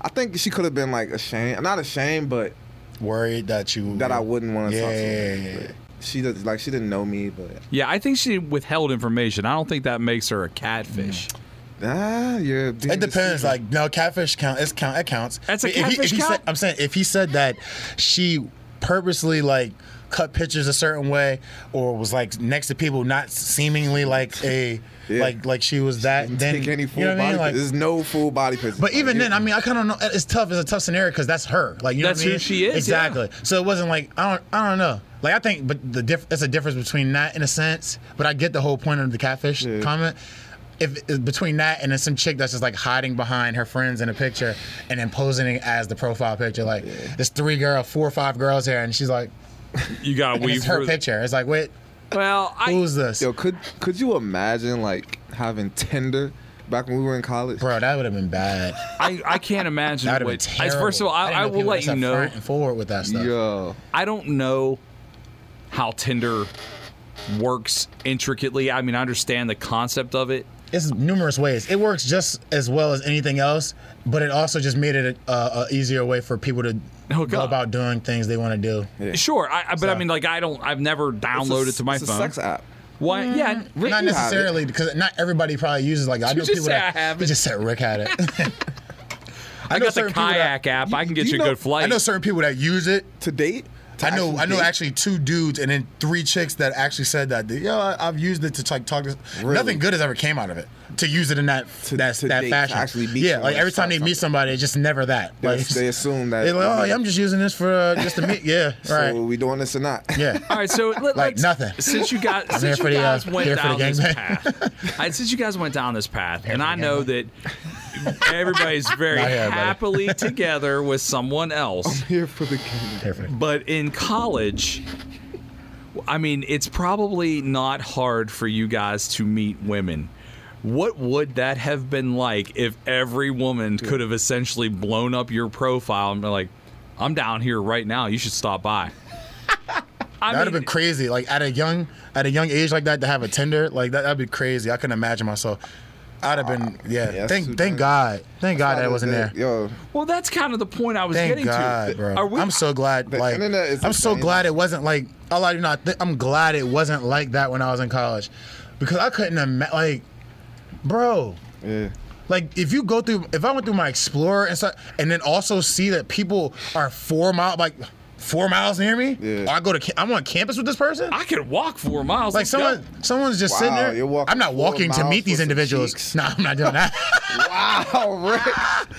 Speaker 2: I think she could have been like ashamed, not ashamed, but
Speaker 4: Worried that you
Speaker 2: that I wouldn't want to talk to
Speaker 4: Yeah,
Speaker 2: her.
Speaker 4: yeah, yeah,
Speaker 2: But She does like she didn't know me, but
Speaker 3: Yeah, I think she withheld information. I don't think that makes her a catfish.
Speaker 4: Mm.
Speaker 2: ah, you're. being
Speaker 4: It depends.
Speaker 2: deceiving.
Speaker 4: Like no catfish count. It's count. It counts.
Speaker 3: That's a
Speaker 4: If he- if
Speaker 3: catfish
Speaker 4: he said-
Speaker 3: count?
Speaker 4: I'm saying if he said that she purposely like cut pictures a certain way or was like next to people not seemingly like a
Speaker 2: Yeah.
Speaker 4: like like she was that then
Speaker 2: take any full
Speaker 4: you know what
Speaker 2: body.
Speaker 4: I mean? Like,
Speaker 2: there's no full body pictures.
Speaker 4: but
Speaker 2: Like,
Speaker 4: even
Speaker 2: you-
Speaker 4: then, I mean, I kind of know it's tough. It's a tough scenario because that's her. Like, you know
Speaker 3: That's
Speaker 4: what I
Speaker 3: who
Speaker 4: mean?
Speaker 3: she is, yeah.
Speaker 4: Exactly. So it wasn't like I don't, I don't know. Like I think, but the diff, that's a difference between that in a sense. But I get the whole point of the catfish comment. If, if between that and then some chick that's just like hiding behind her friends in a picture and then posing as the profile picture, like there's three girl, four or five girls here, and she's like,
Speaker 3: You got to
Speaker 4: and
Speaker 3: weave
Speaker 4: it's her
Speaker 3: through-
Speaker 4: picture. It's like, wait,
Speaker 3: Well, I,
Speaker 4: who's this,
Speaker 2: yo, could could you imagine like having Tinder back when we were in college?
Speaker 4: bro? That would have been bad.
Speaker 3: I I can't imagine.
Speaker 4: That would
Speaker 3: what-
Speaker 4: have been
Speaker 3: I-
Speaker 4: terrible.
Speaker 3: first of all, I,
Speaker 4: didn't
Speaker 3: I
Speaker 4: know
Speaker 3: will
Speaker 4: people
Speaker 3: let
Speaker 4: were
Speaker 3: you
Speaker 4: so
Speaker 3: know.
Speaker 4: front and forward with that stuff.
Speaker 2: Yo,
Speaker 3: I don't know how Tinder works intricately. I mean, I understand the concept of it.
Speaker 4: it's numerous ways. It works just as well as anything else, but it also just made it a, a, a easier way for people to
Speaker 3: Hook
Speaker 4: go
Speaker 3: up.
Speaker 4: about doing things they want to do.
Speaker 3: Sure, I, I- but I mean, like, I don't. I've never
Speaker 2: It's a-
Speaker 3: downloaded to my
Speaker 2: it's a
Speaker 3: phone.
Speaker 2: sex app.
Speaker 3: Why-
Speaker 4: Mm-hmm.
Speaker 3: Yeah. Rick,
Speaker 4: Not
Speaker 2: you have it.
Speaker 4: necessarily because not everybody probably uses like I know
Speaker 3: just
Speaker 4: people
Speaker 3: say
Speaker 4: that
Speaker 3: I have
Speaker 4: you
Speaker 3: it?
Speaker 4: just said Rick had it. I,
Speaker 3: I
Speaker 4: know
Speaker 3: got the
Speaker 4: certain people that-
Speaker 3: kayak app. I can get
Speaker 2: you
Speaker 3: you, a
Speaker 2: know-
Speaker 3: good flight.
Speaker 4: I know certain people that use it.
Speaker 2: to date. To
Speaker 4: I know I know
Speaker 2: date?
Speaker 4: actually two dudes and then three chicks that actually said that. Yo, I, I've used it to like talk to.
Speaker 2: Really?
Speaker 4: Nothing good has ever came out of it. To use it in that that,
Speaker 2: to
Speaker 4: that
Speaker 2: date, to
Speaker 4: fashion.
Speaker 2: actually meet
Speaker 4: yeah,
Speaker 2: someone
Speaker 4: like
Speaker 2: and
Speaker 4: every
Speaker 2: start
Speaker 4: time they meet
Speaker 2: something.
Speaker 4: somebody, it's just never that.
Speaker 2: They,
Speaker 4: Like,
Speaker 2: they assume that.
Speaker 4: They're like, oh, yeah, I'm just using this for uh, just a meet. Yeah, right.
Speaker 2: So we doing this or not?
Speaker 4: yeah.
Speaker 3: All right, so let,
Speaker 4: Like
Speaker 3: us
Speaker 4: nothing.
Speaker 3: Since you guys,
Speaker 4: here
Speaker 3: since you
Speaker 4: for the, uh,
Speaker 3: guys went
Speaker 4: here for the
Speaker 3: down this
Speaker 4: gangbang.
Speaker 3: path, I, since you guys went down this path, and I know that everybody's very
Speaker 4: Not here, buddy.
Speaker 3: happily together with someone else,
Speaker 2: Here for the game.
Speaker 4: Perfect.
Speaker 3: but in college, I mean, it's probably not hard for you guys to meet women. What would that have been like if every woman could have essentially blown up your profile and been like, "I'm down here right now. You should stop by." I
Speaker 4: That'd have
Speaker 3: mean,
Speaker 4: been crazy. Like at a young at a young age like that to have a Tinder, like that, that'd be crazy. I couldn't imagine myself. I'd have been
Speaker 2: Yeah,
Speaker 4: yeah.
Speaker 2: that's too
Speaker 4: thank
Speaker 2: dangerous.
Speaker 4: thank God. Thank God that I wasn't there.
Speaker 2: Yo,
Speaker 3: Well, that's kind of the point I was
Speaker 4: Thank
Speaker 3: getting
Speaker 4: God,
Speaker 3: to.
Speaker 4: bro.
Speaker 3: Are we,
Speaker 4: I'm so glad.
Speaker 2: The
Speaker 4: Like,
Speaker 2: internet is
Speaker 4: I'm so
Speaker 2: insane.
Speaker 4: glad it wasn't like. A lot of you not. Th- I'm glad it wasn't like that when I was in college, because I couldn't imagine. Like, bro,
Speaker 2: yeah.
Speaker 4: like if you go through, if I went through my Explorer and stuff, and then also see that people are four mile, like four miles near me,
Speaker 2: Yeah.
Speaker 4: or I go to, ca- I'm on campus with this person.
Speaker 3: I could walk four miles.
Speaker 4: like
Speaker 3: Let's go.
Speaker 4: someone, someone's just sitting
Speaker 2: Wow,
Speaker 4: there.
Speaker 2: you're walking
Speaker 4: I'm not
Speaker 2: four
Speaker 4: walking to
Speaker 2: miles
Speaker 4: meet these
Speaker 2: for some
Speaker 4: individuals.
Speaker 2: cheeks.
Speaker 4: No, I'm not doing that.
Speaker 2: Wow, Rick.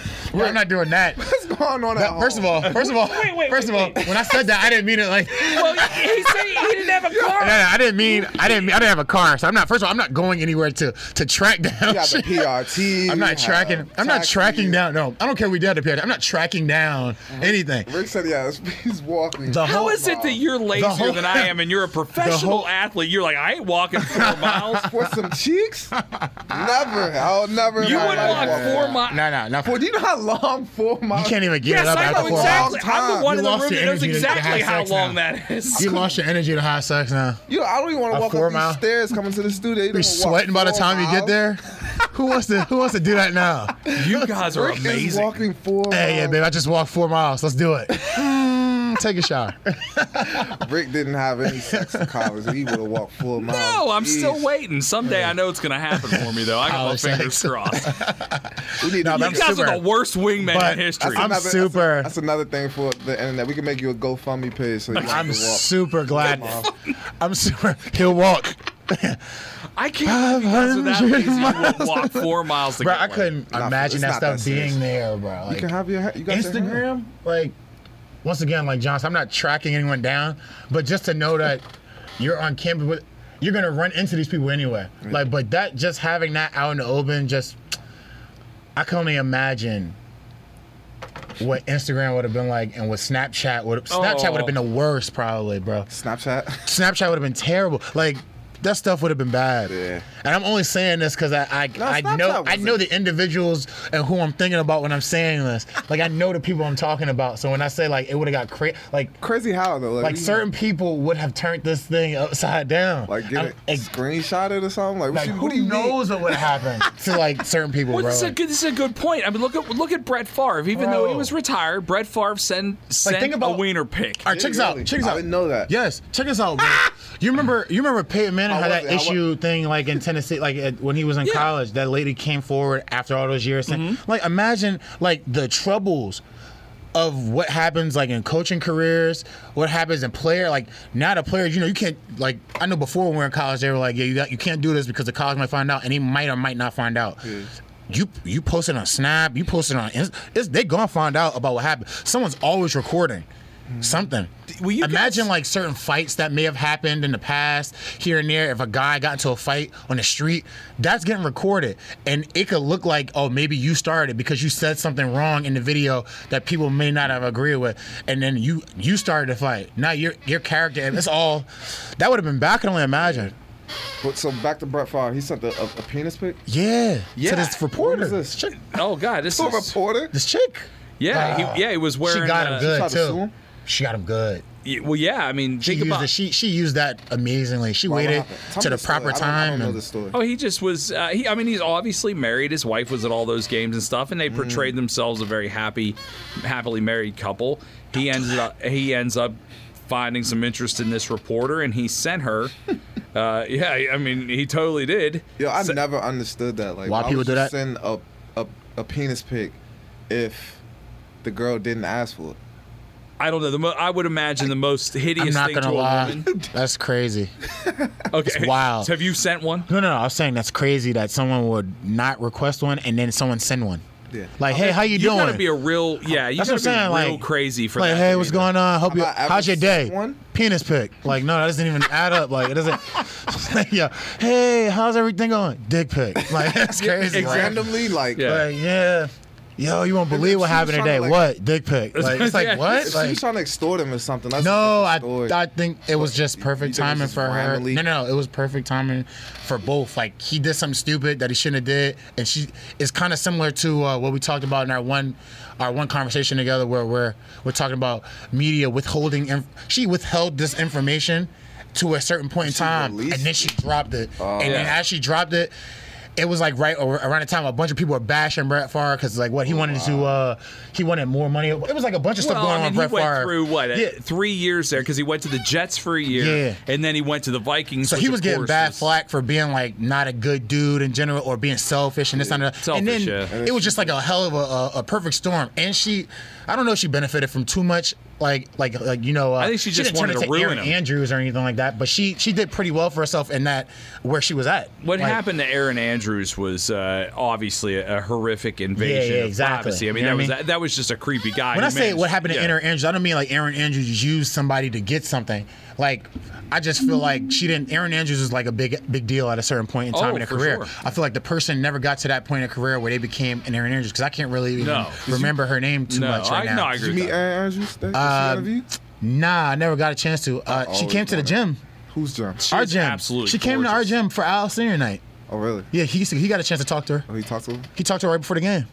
Speaker 4: I'm not doing that.
Speaker 2: What's going on at
Speaker 4: That- First of all, first of all,
Speaker 3: Wait, wait,
Speaker 4: first
Speaker 3: wait,
Speaker 4: of all, when I said that, I didn't mean it like.
Speaker 3: Well, he said he didn't have a
Speaker 4: No,
Speaker 3: car.
Speaker 4: no, I didn't mean I didn't I didn't have a car, so I'm not. First of all, I'm not going anywhere to to track down.
Speaker 2: you got the
Speaker 4: shit.
Speaker 2: PRT.
Speaker 4: I'm
Speaker 2: you
Speaker 4: not tracking.
Speaker 2: have
Speaker 4: I'm not
Speaker 2: taxis.
Speaker 4: tracking down. No, I don't care. We did the PRT. I'm not tracking down
Speaker 2: Uh-huh.
Speaker 4: anything.
Speaker 2: Rick said, "Yeah, he's walking."
Speaker 4: The
Speaker 3: How
Speaker 4: whole
Speaker 3: is it that you're lazier
Speaker 4: whole-
Speaker 3: than I am and you're a professional
Speaker 4: whole-
Speaker 3: athlete? You're like, I ain't walking four miles.
Speaker 2: for some cheeks? never. I'll never. in
Speaker 3: You
Speaker 2: my
Speaker 3: would
Speaker 2: life
Speaker 3: walk four
Speaker 2: that.
Speaker 3: miles.
Speaker 4: no, no, no.
Speaker 2: Well, do you know how long four
Speaker 4: You
Speaker 2: miles?
Speaker 4: can't even get
Speaker 3: Yes,
Speaker 4: it up
Speaker 3: I
Speaker 4: after
Speaker 3: know
Speaker 4: four
Speaker 2: hours.
Speaker 3: exactly. I'm the one
Speaker 4: You
Speaker 3: in the
Speaker 4: lost
Speaker 3: room that
Speaker 4: your
Speaker 3: knows
Speaker 4: energy to
Speaker 3: exactly
Speaker 4: have
Speaker 3: how
Speaker 4: sex
Speaker 3: long
Speaker 4: now.
Speaker 3: that is.
Speaker 4: You lost your energy to high sex now.
Speaker 2: You, I don't even want
Speaker 4: A
Speaker 2: to walk
Speaker 4: four
Speaker 2: up
Speaker 4: mile?
Speaker 2: these stairs coming to the studio. You
Speaker 4: You're
Speaker 2: don't walk
Speaker 4: sweating by the
Speaker 2: four
Speaker 4: time you get
Speaker 2: miles.
Speaker 4: there. Who wants to Who wants to do that now?
Speaker 3: You guys are
Speaker 2: Rick is
Speaker 3: amazing.
Speaker 2: walking four.
Speaker 4: Hey, yeah,
Speaker 2: miles.
Speaker 4: babe, I just walked four miles. Let's do it. Mm, take a shower.
Speaker 2: Rick didn't have any sex in college. He would have walked four miles.
Speaker 3: No, I'm still
Speaker 2: Jeez.
Speaker 3: waiting. Someday I know it's going to happen for me, though. I got my
Speaker 4: College
Speaker 3: fingers
Speaker 4: sex.
Speaker 3: crossed.
Speaker 2: We need
Speaker 4: No,
Speaker 2: to
Speaker 4: I'm
Speaker 3: You guys
Speaker 4: super-
Speaker 3: are the worst wingman
Speaker 4: But-
Speaker 3: in history.
Speaker 4: I'm
Speaker 2: Another-
Speaker 4: super-
Speaker 2: That's, a- that's another thing for the internet. We can make you a GoFundMe page so you guys can
Speaker 4: I'm
Speaker 2: walk.
Speaker 4: super glad. I'm super. He'll walk.
Speaker 3: I can't believe you guys are that
Speaker 4: 500
Speaker 3: lazy. You will walk four miles to
Speaker 4: Bro,
Speaker 3: get
Speaker 4: I
Speaker 3: one.
Speaker 4: couldn't
Speaker 2: Nah,
Speaker 4: imagine
Speaker 2: it's
Speaker 4: that
Speaker 2: not
Speaker 4: stuff
Speaker 2: that serious.
Speaker 4: being there, bro. Like
Speaker 2: you can have your. ha- You got your hand.
Speaker 4: Instagram, like once again, like Johnson, I'm not tracking anyone down, but just to know that you're on campus with, you're gonna run into these people anyway. Like, but that just having that out in the open, just I can only imagine what Instagram would have been like, and what Snapchat would Snapchat would have been the worst, probably, bro.
Speaker 2: Oh. Snapchat.
Speaker 4: Snapchat would have been terrible. Like that stuff would have been bad.
Speaker 2: Yeah.
Speaker 4: And I'm only saying this because I I, I
Speaker 2: Snapchat
Speaker 4: know I
Speaker 2: wasn't-
Speaker 4: know the individuals and who I'm thinking about when I'm saying this. Like I know the people I'm talking about. So when I say like it would have got crazy, like
Speaker 2: Crazy how though.
Speaker 4: like
Speaker 2: you-
Speaker 4: certain people would have turned this thing upside down.
Speaker 2: Like get
Speaker 4: I'm-
Speaker 2: it,
Speaker 4: ex-
Speaker 2: screenshot it or something. Like, what
Speaker 4: like,
Speaker 2: you,
Speaker 4: who
Speaker 2: what do you need?
Speaker 4: knows what would have happened to like certain people,
Speaker 3: Well,
Speaker 4: bro?
Speaker 3: this, is a
Speaker 4: Like,
Speaker 3: good, this is a good point. I mean, look at look at Brett Favre. Even though he
Speaker 4: Bro.
Speaker 3: was retired, Brett Favre sent, sent
Speaker 4: think
Speaker 3: a
Speaker 4: about-
Speaker 3: wiener pick.
Speaker 4: all right, check this out. Check this
Speaker 2: I
Speaker 4: out.
Speaker 2: didn't know that.
Speaker 4: Yes, check this out, bro. You remember? You remember Peyton Manning
Speaker 2: How
Speaker 4: had
Speaker 2: was
Speaker 4: that
Speaker 2: it? How wa-
Speaker 4: issue thing, like in Tennessee, like at, when he was in
Speaker 3: Yeah.
Speaker 4: college. That lady came forward after all those years, saying, like, imagine like the troubles of what happens like in coaching careers, what happens in player. Like now, the players, you know, you can't like. I know before when we were in college, they were like, yeah, you got, you can't do this because the college might find out, and he might or might not find out. You, you posted on Snap, you posted on Inst- it's, they gonna find out about what happened. Someone's always recording something.
Speaker 3: Well, you
Speaker 4: Imagine
Speaker 3: guys-
Speaker 4: like certain fights that may have happened in the past here and there. If a guy got into a fight on the street, that's getting recorded, and it could look like oh maybe you started because you said something wrong in the video that people may not have agreed with, and then you you started the fight. Now your your character, and it's all that would have been back. I can only imagine.
Speaker 2: But so back to Brett Favre. He sent a, a, a penis pic.
Speaker 4: Yeah,
Speaker 3: Yeah.
Speaker 4: To this reporter,
Speaker 2: What is this?
Speaker 4: chick,
Speaker 3: Oh God, this
Speaker 2: To a
Speaker 3: is
Speaker 2: reporter.
Speaker 4: this chick.
Speaker 3: yeah,
Speaker 4: Ah.
Speaker 3: he, yeah. He was wearing.
Speaker 4: she got
Speaker 3: uh,
Speaker 4: him
Speaker 2: tried
Speaker 4: good
Speaker 2: to sue
Speaker 4: too.
Speaker 2: him?
Speaker 4: She got him good.
Speaker 3: yeah, well, yeah. I mean,
Speaker 4: She
Speaker 3: think
Speaker 4: used,
Speaker 3: about.
Speaker 4: the, she, she used that amazingly. She
Speaker 2: Why, what
Speaker 4: waited
Speaker 2: happened? Tell
Speaker 4: to
Speaker 2: me
Speaker 4: the
Speaker 2: story.
Speaker 4: proper
Speaker 2: I don't-
Speaker 4: time.
Speaker 2: I don't know
Speaker 4: and-
Speaker 2: the story.
Speaker 3: Oh, he just was. Uh, he, I mean, he's obviously married. His wife was at all those games and stuff, and they portrayed
Speaker 4: Mm.
Speaker 3: themselves a very happy, happily married couple. He ends up. He ends up finding some interest in this reporter, and he sent her. uh, yeah, I mean, he totally did.
Speaker 2: Yo, I never understood that. Like,
Speaker 4: Why people
Speaker 2: would
Speaker 4: do
Speaker 2: you
Speaker 4: that?
Speaker 2: Send a, a a penis pic if the girl didn't ask for it.
Speaker 3: I don't know. The mo- I would imagine the most hideous
Speaker 4: I'm not
Speaker 3: thing
Speaker 4: gonna
Speaker 3: to a
Speaker 4: lie,
Speaker 3: woman.
Speaker 4: that's crazy.
Speaker 3: Okay,
Speaker 4: wild.
Speaker 3: Have you sent one?
Speaker 4: No, no, no. I was saying that's crazy that someone would not request one and then someone send one.
Speaker 2: Yeah.
Speaker 4: Like, hey, how you
Speaker 3: You
Speaker 4: doing?
Speaker 3: gotta be a real yeah. You
Speaker 4: that's
Speaker 3: gotta
Speaker 4: what I'm
Speaker 3: be
Speaker 4: saying.
Speaker 3: real
Speaker 4: Like
Speaker 3: crazy for
Speaker 4: Like,
Speaker 3: that.
Speaker 4: hey,
Speaker 3: to
Speaker 4: what's
Speaker 3: be the-
Speaker 4: going on? Hope you.
Speaker 2: Have I ever
Speaker 4: How's your day?
Speaker 2: sent one?
Speaker 4: Penis pic. Like, no, that doesn't even add up. Like, it doesn't. like, yeah. Hey, how's everything going? Dick pic. Like, that's crazy.
Speaker 3: exactly.
Speaker 4: Like,
Speaker 2: Randomly, like,
Speaker 3: Yeah.
Speaker 4: like, yeah. Yo, you won't
Speaker 2: then
Speaker 4: believe
Speaker 2: she
Speaker 4: what
Speaker 2: was
Speaker 4: happened
Speaker 2: trying
Speaker 4: today.
Speaker 2: to, like-
Speaker 4: what? Dick pic. Like, it's like
Speaker 3: Yeah.
Speaker 4: what?
Speaker 2: if she
Speaker 4: Like,
Speaker 2: was trying to extort him or something. That's a
Speaker 4: No, I,
Speaker 2: different story.
Speaker 4: I think it was just perfect
Speaker 2: think it was
Speaker 4: timing
Speaker 2: just
Speaker 4: for her.
Speaker 2: randomly-
Speaker 4: No, no, it was perfect timing for both. Like he did something stupid that he shouldn't have did, and she it's kind of similar to uh, what we talked about in our one our one conversation together, where we're we're talking about media withholding. Inf- she withheld this information to a certain point in time,
Speaker 2: released Oh.
Speaker 4: and then she dropped it, and then
Speaker 3: Yeah.
Speaker 4: as she dropped it. it was like right over, around the time a bunch of people were bashing Brett Favre because like what he
Speaker 2: Oh,
Speaker 4: wanted to uh he wanted more money. It was like a bunch of stuff
Speaker 3: Well,
Speaker 4: going
Speaker 3: I mean,
Speaker 4: on.
Speaker 3: he
Speaker 4: with
Speaker 3: went
Speaker 4: Brett Favre
Speaker 3: through what
Speaker 4: Yeah.
Speaker 3: uh, three years there because he went to the Jets for a year,
Speaker 4: Yeah.
Speaker 3: and then he went to the Vikings.
Speaker 4: So
Speaker 3: which,
Speaker 4: he
Speaker 3: of
Speaker 4: was getting
Speaker 3: course,
Speaker 4: bad
Speaker 3: is-
Speaker 4: flack for being like not a good dude in general, or being selfish and this and that. and then
Speaker 3: Selfish, yeah.
Speaker 4: it was just like a hell of a, a, a perfect storm. And she, I don't know, if she benefited from too much. Like, like, like you know, uh,
Speaker 3: I think she just
Speaker 4: didn't turn
Speaker 3: wanted
Speaker 4: it
Speaker 3: to
Speaker 4: to Aaron
Speaker 3: ruin him.
Speaker 4: Andrews or anything like that. But she, she did pretty well for herself in that where she was at.
Speaker 3: What
Speaker 4: Like,
Speaker 3: happened to Aaron Andrews was uh, obviously a, a horrific invasion
Speaker 4: Yeah, yeah,
Speaker 3: of
Speaker 4: exactly.
Speaker 3: privacy. I mean,
Speaker 4: You know
Speaker 3: that
Speaker 4: what I
Speaker 3: was
Speaker 4: mean?
Speaker 3: that, that was just a creepy guy.
Speaker 4: When
Speaker 3: who
Speaker 4: I say
Speaker 3: managed-
Speaker 4: what happened to
Speaker 3: yeah.
Speaker 4: Aaron Andrews, I don't mean like Aaron Andrews used somebody to get something. Like, I just feel like she didn't. Aaron Andrews was like a big, big deal at a certain point in time
Speaker 3: Oh,
Speaker 4: in her
Speaker 3: for
Speaker 4: career.
Speaker 3: sure.
Speaker 4: I feel like the person never got to that point in her career where they became an Aaron Andrews because I can't really even
Speaker 3: No.
Speaker 4: remember her name too
Speaker 3: No,
Speaker 4: much right
Speaker 3: I,
Speaker 4: now.
Speaker 3: no, I
Speaker 2: Did you
Speaker 3: agree.
Speaker 2: meet
Speaker 3: With that.
Speaker 2: Aaron Andrews? That,
Speaker 4: Uh,
Speaker 2: that she interviewed?
Speaker 4: Nah, I never got a chance to. Uh, she
Speaker 2: always
Speaker 4: came to the
Speaker 2: wanted-
Speaker 4: gym,
Speaker 2: Who's John?
Speaker 4: our
Speaker 3: is
Speaker 4: gym.
Speaker 3: absolutely
Speaker 4: she came to our
Speaker 3: gorgeous.
Speaker 4: gym for Al Senior Night.
Speaker 2: Oh, really?
Speaker 4: Yeah, he used to, he got a chance to talk to her.
Speaker 2: Oh, he talked to him?
Speaker 4: He talked to her right before the game.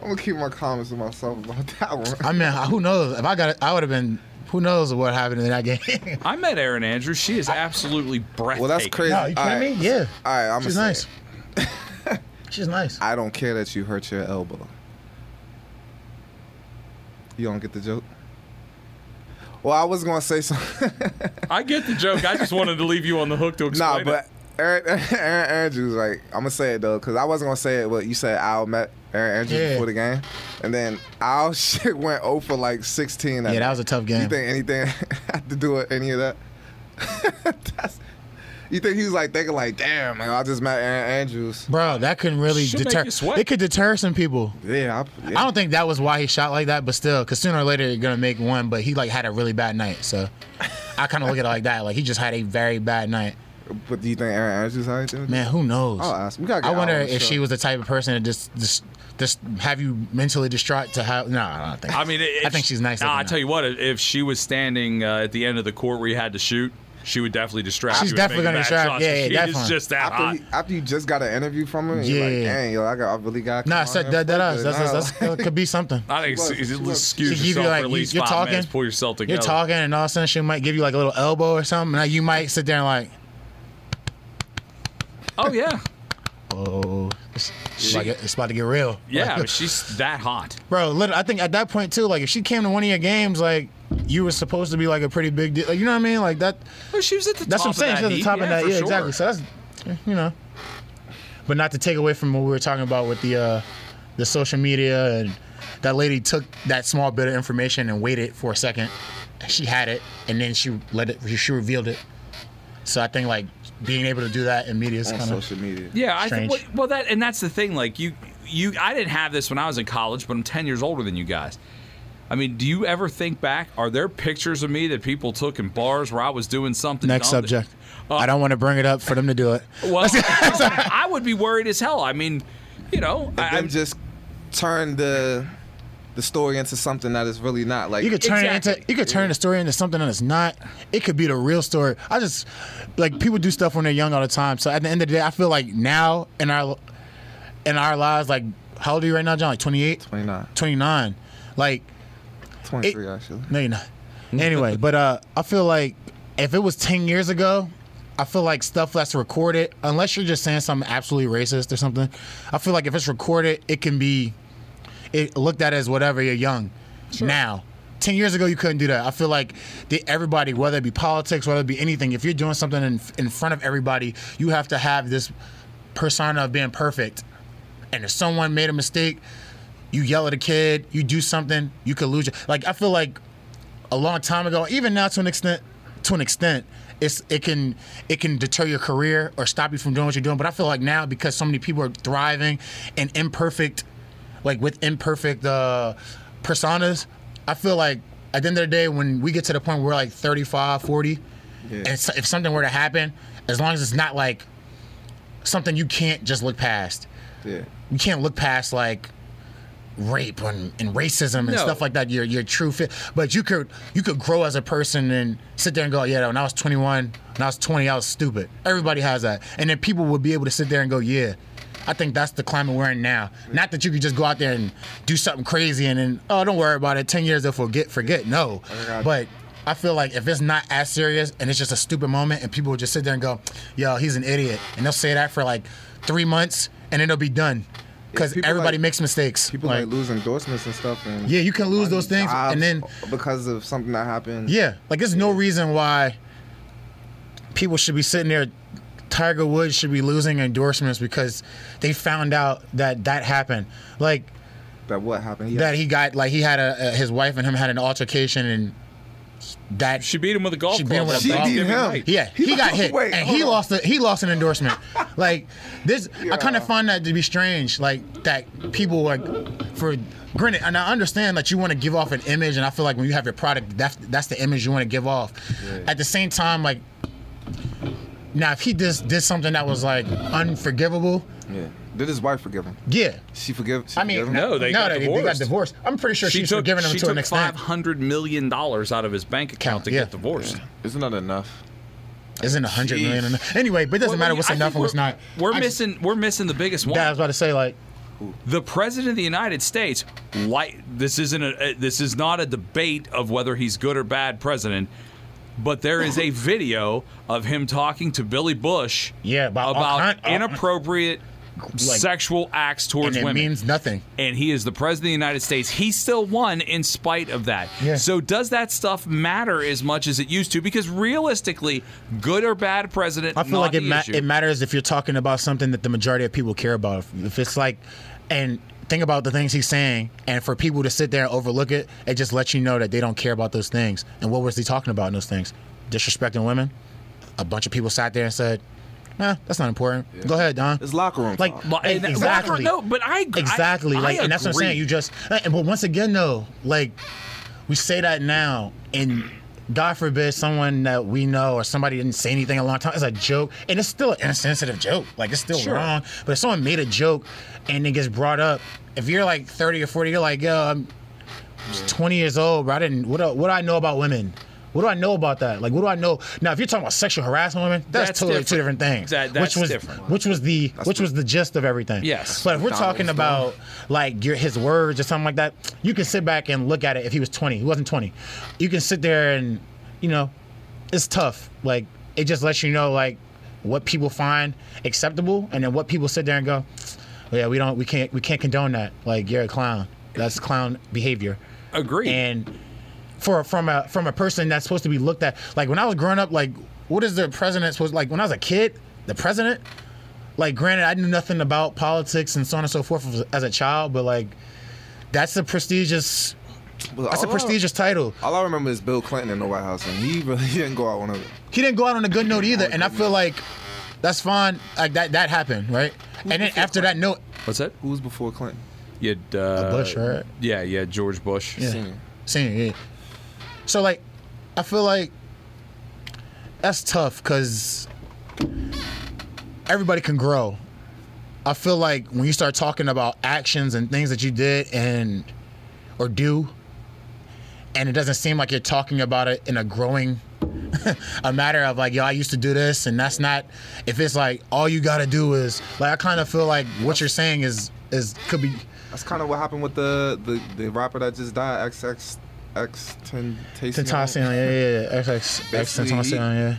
Speaker 2: I'm going to keep my comments to myself about that one.
Speaker 4: I mean, who knows? If I got, it, I would have been. Who knows what happened in that game?
Speaker 3: I met Aaron Andrews. She is absolutely breathtaking.
Speaker 2: Well, that's crazy.
Speaker 4: No, you kidding
Speaker 2: All right.
Speaker 4: me? Yeah.
Speaker 2: All right, I'm
Speaker 4: She's
Speaker 2: gonna
Speaker 4: nice.
Speaker 2: say it.
Speaker 4: She's nice.
Speaker 2: I don't care that you hurt your elbow. You don't get the joke? Well, I was going to say something.
Speaker 3: I get the joke. I just wanted to leave you on the hook to
Speaker 2: nah,
Speaker 3: explain.
Speaker 2: but Aaron, Aaron Andrews, like, I'm going to say it, though, because I wasn't going to say it, but you said Al met Aaron Andrews
Speaker 4: Yeah.
Speaker 2: before the game. And then Al shit went 0 for like 16.
Speaker 4: Yeah, that was a tough
Speaker 2: You
Speaker 4: game.
Speaker 2: think anything had to do with any of that? That's, you think he was like thinking like, damn, like, I just met Aaron Andrews.
Speaker 4: Bro, that couldn't really
Speaker 3: Should make
Speaker 4: deter.
Speaker 3: you sweat.
Speaker 4: It could deter some people.
Speaker 2: Yeah, I, yeah.
Speaker 4: I don't think that was why he shot like that, but still, because sooner or later you're gonna make one. But he like had a really bad night, so I kind of look at it like that. Like he just had a very bad night.
Speaker 2: But do you think Aaron Andrews had anything? to do-
Speaker 4: Man, who knows?
Speaker 2: I'll ask. We gotta get
Speaker 4: I wonder
Speaker 2: Al on the
Speaker 4: if
Speaker 2: show.
Speaker 4: she was the type of person to just just just have you mentally distraught to have. No, I don't think.
Speaker 3: I mean, it,
Speaker 4: I think she's nice.
Speaker 3: Nah,
Speaker 4: looking
Speaker 3: I
Speaker 4: now.
Speaker 3: tell you what, if she was standing uh, at the end of the court where you had to shoot, she would definitely distract.
Speaker 4: She's
Speaker 3: you and
Speaker 4: definitely
Speaker 3: make
Speaker 4: gonna
Speaker 3: bad
Speaker 4: distract.
Speaker 3: shots.
Speaker 4: Yeah, yeah,
Speaker 3: she
Speaker 4: definitely.
Speaker 3: is just that
Speaker 2: After,
Speaker 3: hot.
Speaker 2: he, after you just got an interview from him, yeah. you're like,
Speaker 4: Yeah.
Speaker 2: dang, yo, I, got, I really got.
Speaker 4: Nah, so that, that us.
Speaker 2: Oh.
Speaker 4: That's, that's, that could be something.
Speaker 3: I think
Speaker 2: She was-
Speaker 3: it's-
Speaker 2: she
Speaker 3: it's-
Speaker 2: was-
Speaker 3: excuse
Speaker 4: She give you,
Speaker 3: yourself
Speaker 4: like,
Speaker 3: for at
Speaker 4: you-
Speaker 3: least
Speaker 4: you're
Speaker 3: 5
Speaker 4: talking-
Speaker 3: minutes. Pull yourself together.
Speaker 4: You're talking, and all of a sudden she might give you like a little elbow or something. And you might sit there and like,
Speaker 3: Oh yeah,
Speaker 4: oh, it's, it's
Speaker 3: She-
Speaker 4: like- it's about to get real.
Speaker 3: yeah.
Speaker 4: Like,
Speaker 3: but she's that hot.
Speaker 4: bro. Literally, I think at that point too, like if she came to one of your games, like you were supposed to be like a pretty big deal. Like, you know what I mean? Like that.
Speaker 3: Well, she was at the
Speaker 4: That's
Speaker 3: top
Speaker 4: what I'm saying.
Speaker 3: Of
Speaker 4: She's
Speaker 3: that
Speaker 4: at the
Speaker 3: heat.
Speaker 4: top
Speaker 3: yeah,
Speaker 4: of that.
Speaker 3: for
Speaker 4: Yeah,
Speaker 3: sure.
Speaker 4: exactly. So that's you know, but not to take away from what we were talking about with the uh, the social media and that lady took that small bit of information and waited for a second. She had it, and then she let it. She revealed it. So I think like being able to do that in media is
Speaker 2: on
Speaker 4: kind of
Speaker 2: social media.
Speaker 3: Yeah, I
Speaker 4: Strange.
Speaker 3: think. Well, well, that and that's the thing. Like you, you. I didn't have this when I was in college, but I'm 10 years older than you guys. I mean, do you ever think back? Are there pictures of me that people took in bars where I was doing something?
Speaker 4: next
Speaker 3: dumb that-
Speaker 4: subject. I don't want to bring it up for them to do it.
Speaker 3: Well, I would be worried as hell. I mean, you know,
Speaker 2: And
Speaker 3: I, I'm
Speaker 2: then just turn the the story into something that is really not like.
Speaker 4: You could turn it
Speaker 3: Exactly.
Speaker 4: into you could turn the story into something that it's not. It could be the real story. I just like people do stuff when they're young all the time. So at the end of the day, I feel like now in our in our lives, like how old are you right now, John? Like 28,
Speaker 2: 29,
Speaker 4: 29. Like
Speaker 2: 23 actually.
Speaker 4: no, you're not. Anyway, but uh, I feel like if it was 10 years ago, I feel like stuff that's recorded, unless you're just saying something absolutely racist or something, I feel like if it's recorded, it can be it looked at as whatever you're young. Now, 10 years ago, you couldn't do that. I feel like the, everybody, whether it be politics, whether it be anything, if you're doing something in, in front of everybody, you have to have this persona of being perfect. And if someone made a mistake, you yell at a kid, you do something, you could lose. Your, like I feel like a long time ago, even now to an extent, to an extent, it's it can it can deter your career or stop you from doing what you're doing. But I feel like now because so many people are thriving and imperfect, like with imperfect uh, personas, I feel like at the end of the day, when we get to the point where we're like 35, 40, and so, if something were to happen, as long as it's not like something you can't just look past,
Speaker 2: Yeah.
Speaker 4: you can't look past like rape and, and racism and
Speaker 3: No.
Speaker 4: stuff like that. Your your true fit, but you could you could grow as a person and sit there and go, yeah. When I was 21, when I was 20, I was stupid. Everybody has that, and then people would be able to sit there and go, yeah. I think that's the climate we're in now. Not that you could just go out there and do something crazy and then oh, don't worry about it. Ten years they'll forget. Forget no,
Speaker 2: God.
Speaker 4: but I feel like if it's not as serious and it's just a stupid moment and people will just sit there and go, yo, he's an idiot. And they'll say that for like three months and then it'll be done. Because
Speaker 2: people
Speaker 4: everybody
Speaker 2: like-
Speaker 4: makes mistakes.
Speaker 2: People like, lose endorsements and stuff. And
Speaker 4: Yeah, you can lose those things,
Speaker 2: jobs
Speaker 4: and then-
Speaker 2: because of something that happened.
Speaker 4: Yeah, like there's no reason why people should be sitting there. Tiger Woods should be losing endorsements because they found out that that happened. Like
Speaker 2: That what happened? He
Speaker 4: that he got like he had a, a his wife and him had an altercation and that
Speaker 3: She beat him with a golf
Speaker 4: She beat him
Speaker 3: club.
Speaker 4: with a
Speaker 3: on
Speaker 4: golf club.
Speaker 3: Thanksgiving
Speaker 2: She beat him.
Speaker 3: night.
Speaker 4: yeah, he got hit
Speaker 2: Wait,
Speaker 4: and
Speaker 2: hold
Speaker 4: he
Speaker 2: on.
Speaker 4: lost a, he lost an endorsement. like this, I kind
Speaker 2: Yeah.
Speaker 4: of find that to be strange. Like that people like for granted, and I understand that you want to give off an image, and I feel like when you have your product, that's that's the image you want to give off. At the same time, like now if he just did something that was like unforgivable,
Speaker 2: yeah. Did his wife forgive him?
Speaker 4: yeah.
Speaker 2: She forgive. She
Speaker 4: I mean,
Speaker 2: forgive him?
Speaker 3: No, they got divorced.
Speaker 4: divorced. I'm pretty sure
Speaker 3: She
Speaker 4: she's
Speaker 3: took,
Speaker 4: forgiving him
Speaker 3: she
Speaker 4: to an
Speaker 3: took
Speaker 4: extent.
Speaker 3: five hundred million dollars out of his bank account to
Speaker 4: Yeah.
Speaker 3: get divorced.
Speaker 2: Isn't that enough?
Speaker 4: Isn't a hundred
Speaker 2: Jeez.
Speaker 4: million enough? Anyway, but it doesn't
Speaker 3: Well,
Speaker 4: matter what's
Speaker 3: I think
Speaker 4: enough and what's
Speaker 3: we're-
Speaker 4: not.
Speaker 3: We're
Speaker 4: I-
Speaker 3: missing. We're missing the biggest one.
Speaker 4: Yeah, I was about to say like.
Speaker 3: the president of the United States, like this isn't a, uh, this is not a debate of whether he's good or bad president, but there is a video of him talking to Billy Bush.
Speaker 4: Yeah, about all
Speaker 3: about
Speaker 4: kind- all-
Speaker 3: inappropriate sexual acts towards
Speaker 4: and it
Speaker 3: women.
Speaker 4: means nothing.
Speaker 3: and he is the president of the United States. He still won in spite of that.
Speaker 4: Yeah.
Speaker 3: So does that stuff matter as much as it used to? Because realistically, good or bad president,
Speaker 4: I feel
Speaker 3: not
Speaker 4: like it
Speaker 3: the
Speaker 4: ma-
Speaker 3: issue.
Speaker 4: it matters if you're talking about something that the majority of people care about. If, if it's like, and think about the things he's saying, and for people to sit there and overlook it, it just lets you know that they don't care about those things. And what was he talking about in those things? Disrespecting women. A bunch of people sat there and said, "Nah, that's not important. Go ahead, Don."
Speaker 2: It's locker room.
Speaker 4: Like
Speaker 2: talk.
Speaker 3: Well, and-
Speaker 4: exactly.
Speaker 3: No, but I agree.
Speaker 4: Exactly.
Speaker 3: I- I
Speaker 4: like, and that's what I'm
Speaker 3: agree.
Speaker 4: saying. You just, uh, and- but once again, though, like we say that now, and God forbid someone that we know or somebody didn't say anything a long time. It's a joke, and it's still an insensitive joke. Like it's still
Speaker 3: Sure.
Speaker 4: wrong. But if someone made a joke and it gets brought up, if you're like 30 or 40, you're like, yo, I'm 20 years old, but I didn't. What do, what do I know about women? What do I know about that? Like, what do I know? Now, if you're talking about sexual harassment, women, that's,
Speaker 3: That's
Speaker 4: totally two
Speaker 3: different.
Speaker 4: different things.
Speaker 3: That- that's
Speaker 4: which was
Speaker 3: different.
Speaker 4: which was the which was the gist of everything.
Speaker 3: Yes.
Speaker 4: But if we're talking
Speaker 2: McDonald's
Speaker 4: about like your his words or something like that, you can sit back and look at it. If he was 20, he wasn't 20. You can sit there and you know, it's tough. Like it just lets you know like what people find acceptable, and then what people sit there and go, "Oh, yeah, we don't, we can't, we can't condone that. Like you're a clown. That's clown behavior.
Speaker 3: Agreed.
Speaker 4: And for from a from a person that's supposed to be looked at, like when I was growing up, like what is the president supposed like when I was a kid, the president like granted i knew nothing about politics and so on and so forth as a child but like that's a prestigious
Speaker 2: But
Speaker 4: that's a
Speaker 2: all I-
Speaker 4: prestigious title
Speaker 2: All I remember is Bill Clinton in the White House, and he really didn't go out on a.
Speaker 4: he didn't go out on a good note either and i feel like that's fine like that that happened right and then after that note
Speaker 3: What's that?
Speaker 2: Who was before Clinton?
Speaker 3: You had uh,
Speaker 4: Bush, right?
Speaker 3: Yeah, yeah, George Bush.
Speaker 4: Yeah.
Speaker 2: Senior.
Speaker 4: senior yeah so like i feel like that's tough because everybody can grow i feel like when you start talking about actions and things that you did and or do and it doesn't seem like you're talking about it in a growing a matter of like yo i used to do this and that's not if it's like all you gotta do is like i kind of feel like what you're saying is is could be
Speaker 2: That's kind of what happened with the, the the rapper that just died, XX X
Speaker 4: Tentacion,
Speaker 2: Tentacion.
Speaker 4: yeah, yeah, yeah. XX,
Speaker 2: Basically,
Speaker 4: Tentacion, yeah.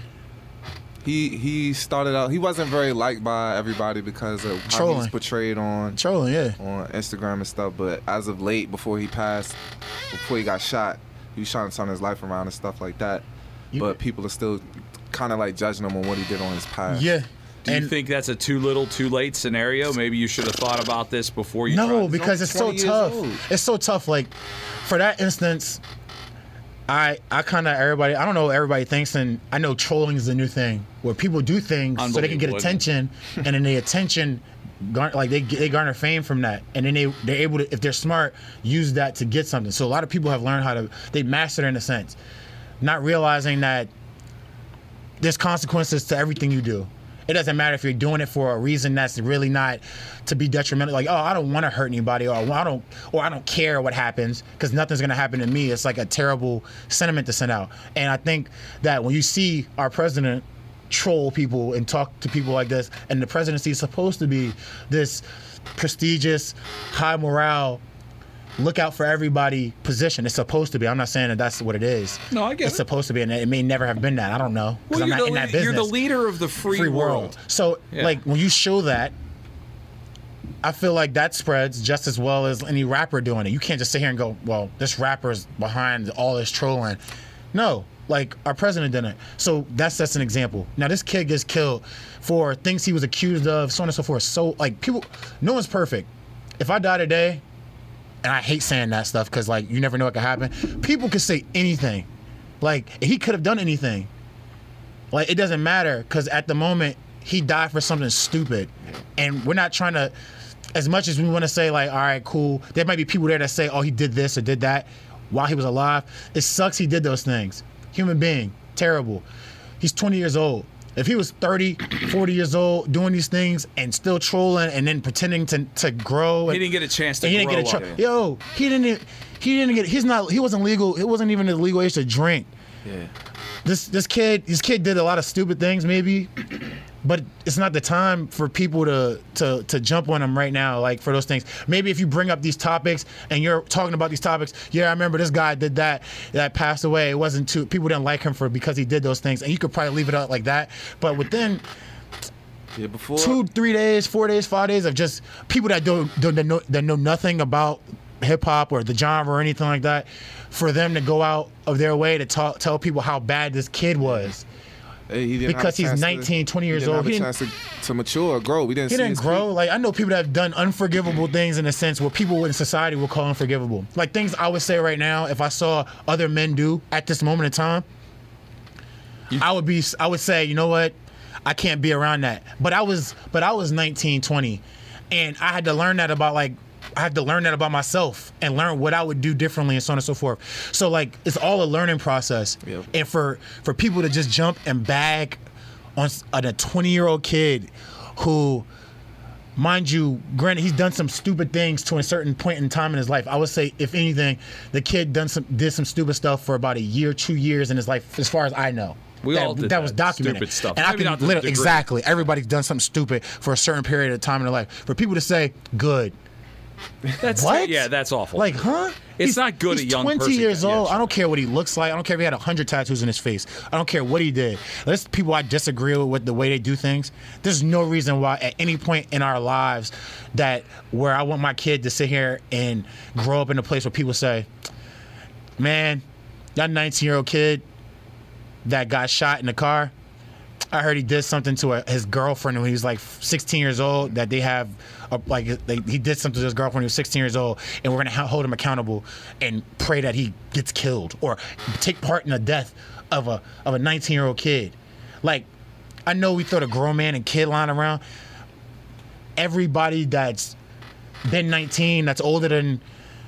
Speaker 2: He he started out. He wasn't very liked by everybody because of how he was
Speaker 4: Trolling.
Speaker 2: portrayed on
Speaker 4: Trolling, yeah.
Speaker 2: on Instagram and stuff. But as of late, before he passed, before he got shot, he was trying to turn his life around and stuff like that. but people are still kind of like judging him on what he did on his past.
Speaker 4: Yeah.
Speaker 3: Do you
Speaker 4: and
Speaker 3: think that's a too little, too late scenario? Maybe you should have thought about this before you.
Speaker 4: no,
Speaker 3: tried.
Speaker 4: because it's so
Speaker 2: 20 years
Speaker 4: tough.
Speaker 2: old.
Speaker 4: It's so tough. Like, for that instance, I I kind of everybody. I don't know. what Everybody thinks, and I know trolling is the new thing where people do things so they can get
Speaker 3: Unbelievable, isn't it?
Speaker 4: attention, and then the attention, gar- like they they garner fame from that, and then they they're able to if they're smart use that to get something. So a lot of people have learned how to they master it in a sense, not realizing that there's consequences to everything you do. It doesn't matter if you're doing it for a reason that's really not to be detrimental. Like, oh, I don't want to hurt anybody, or I don't, or I don't care what happens because nothing's gonna happen to me. It's like a terrible sentiment to send out. And I think that when you see our president troll people and talk to people like this, and the presidency is supposed to be this prestigious, high morale look out for everybody position. It's supposed to be. I'm not saying that that's what it is.
Speaker 3: No, I get
Speaker 4: It's
Speaker 3: it.
Speaker 4: supposed to be, and it may never have been that. I don't know. 'cause
Speaker 3: Well,
Speaker 4: I'm
Speaker 3: you're,
Speaker 4: not
Speaker 3: the,
Speaker 4: in that
Speaker 3: lead- you're the
Speaker 4: business.
Speaker 3: leader of the free,
Speaker 4: free world. So
Speaker 3: Yeah.
Speaker 4: like when you show that, I feel like that spreads just as well as any rapper doing it. You can't just sit here and go, "Well, this rapper's behind all this trolling." No, like our president didn't. So that's that's an example. Now this kid gets killed for things he was accused of, so on and so forth. So like people, no one's perfect. If I die today, and I hate saying that stuff because like you never know what could happen. People could say anything. Like he could have done anything. Like it doesn't matter because at the moment he died for something stupid, and we're not trying to. As much as we want to say like, all right, cool, there might be people there that say, oh, he did this or did that while he was alive. It sucks he did those things. Human being, terrible. He's 20 years old. If he was 30, 40 years old doing these things and still trolling and then pretending to, to grow,
Speaker 3: He
Speaker 4: and-
Speaker 3: didn't get a chance to
Speaker 4: and he didn't
Speaker 3: grow
Speaker 4: get a
Speaker 3: up.
Speaker 4: tr- Yo, he didn't. e- He didn't get. He's not. He wasn't legal. It wasn't even the legal age to drink.
Speaker 2: Yeah.
Speaker 4: This this kid this kid did a lot of stupid things maybe, but it's not the time for people to to to jump on him right now. Like for those things. Maybe if you bring up these topics and you're talking about these topics. Yeah, I remember this guy did that. That passed away. It wasn't too. People didn't like him for because he did those things. And you could probably leave it out like that. But within
Speaker 2: Yeah, before
Speaker 4: two, three days, four days, five days of just people that don't, don't that know that know nothing about hip hop or the genre or anything like that, for them to go out of their way to talk, tell people how bad this kid was.
Speaker 2: Hey, he didn't have a
Speaker 4: Because he's
Speaker 2: chance
Speaker 4: 19, 20 years
Speaker 2: he didn't Have
Speaker 4: old. He
Speaker 2: a
Speaker 4: didn't-
Speaker 2: chance to, to mature, or grow. We didn't.
Speaker 4: He
Speaker 2: see
Speaker 4: didn't
Speaker 2: his
Speaker 4: grow. Like I know people that have done unforgivable things in a sense where people in society will call unforgivable. Like things I would say right now if I saw other men do at this moment in time, I would be I would say, you know what? I can't be around that. But I was but I was 19, 20 and I had to learn that about like I had to learn that about myself and learn what I would do differently and so on and so forth. So like it's all a learning process.
Speaker 2: Yep.
Speaker 4: And for for people to just jump and bag on s- on a 20-year-old kid who mind you, granted, he's done some stupid things to a certain point in time in his life. I would say, if anything, the kid done some did some stupid stuff for about a year, two years in his life, as far as I know.
Speaker 3: We
Speaker 4: that,
Speaker 3: all did
Speaker 4: was
Speaker 3: that
Speaker 4: documented.
Speaker 3: stupid stuff.
Speaker 4: And I
Speaker 3: Maybe
Speaker 4: can
Speaker 3: not to the
Speaker 4: literally
Speaker 3: degree.
Speaker 4: exactly everybody's done something stupid for a certain period of time in their life. For people to say, "Good,"
Speaker 3: That's
Speaker 4: What?
Speaker 3: Yeah, that's awful.
Speaker 4: like, huh?
Speaker 3: It's not good
Speaker 4: He's
Speaker 3: a young
Speaker 4: 20
Speaker 3: person
Speaker 4: years
Speaker 3: can- yeah,
Speaker 4: old.
Speaker 3: sure.
Speaker 4: I don't care what he looks like. I don't care if he had 100 tattoos in his face. I don't care what he did. There's people I disagree with, with the way they do things. There's no reason why at any point in our lives that where I want my kid to sit here and grow up in a place where people say, man, that 19 year old kid that got shot in the car, I heard he did something to a, his girlfriend when he was like 16 years old. That they have, a, like, they, he did something to his girlfriend when he was 16 years old, and we're gonna ha- hold him accountable and pray that he gets killed or take part in the death of a of a 19 year old kid. Like, I know we throw the grown man and kid line around. Everybody that's been 19, that's older than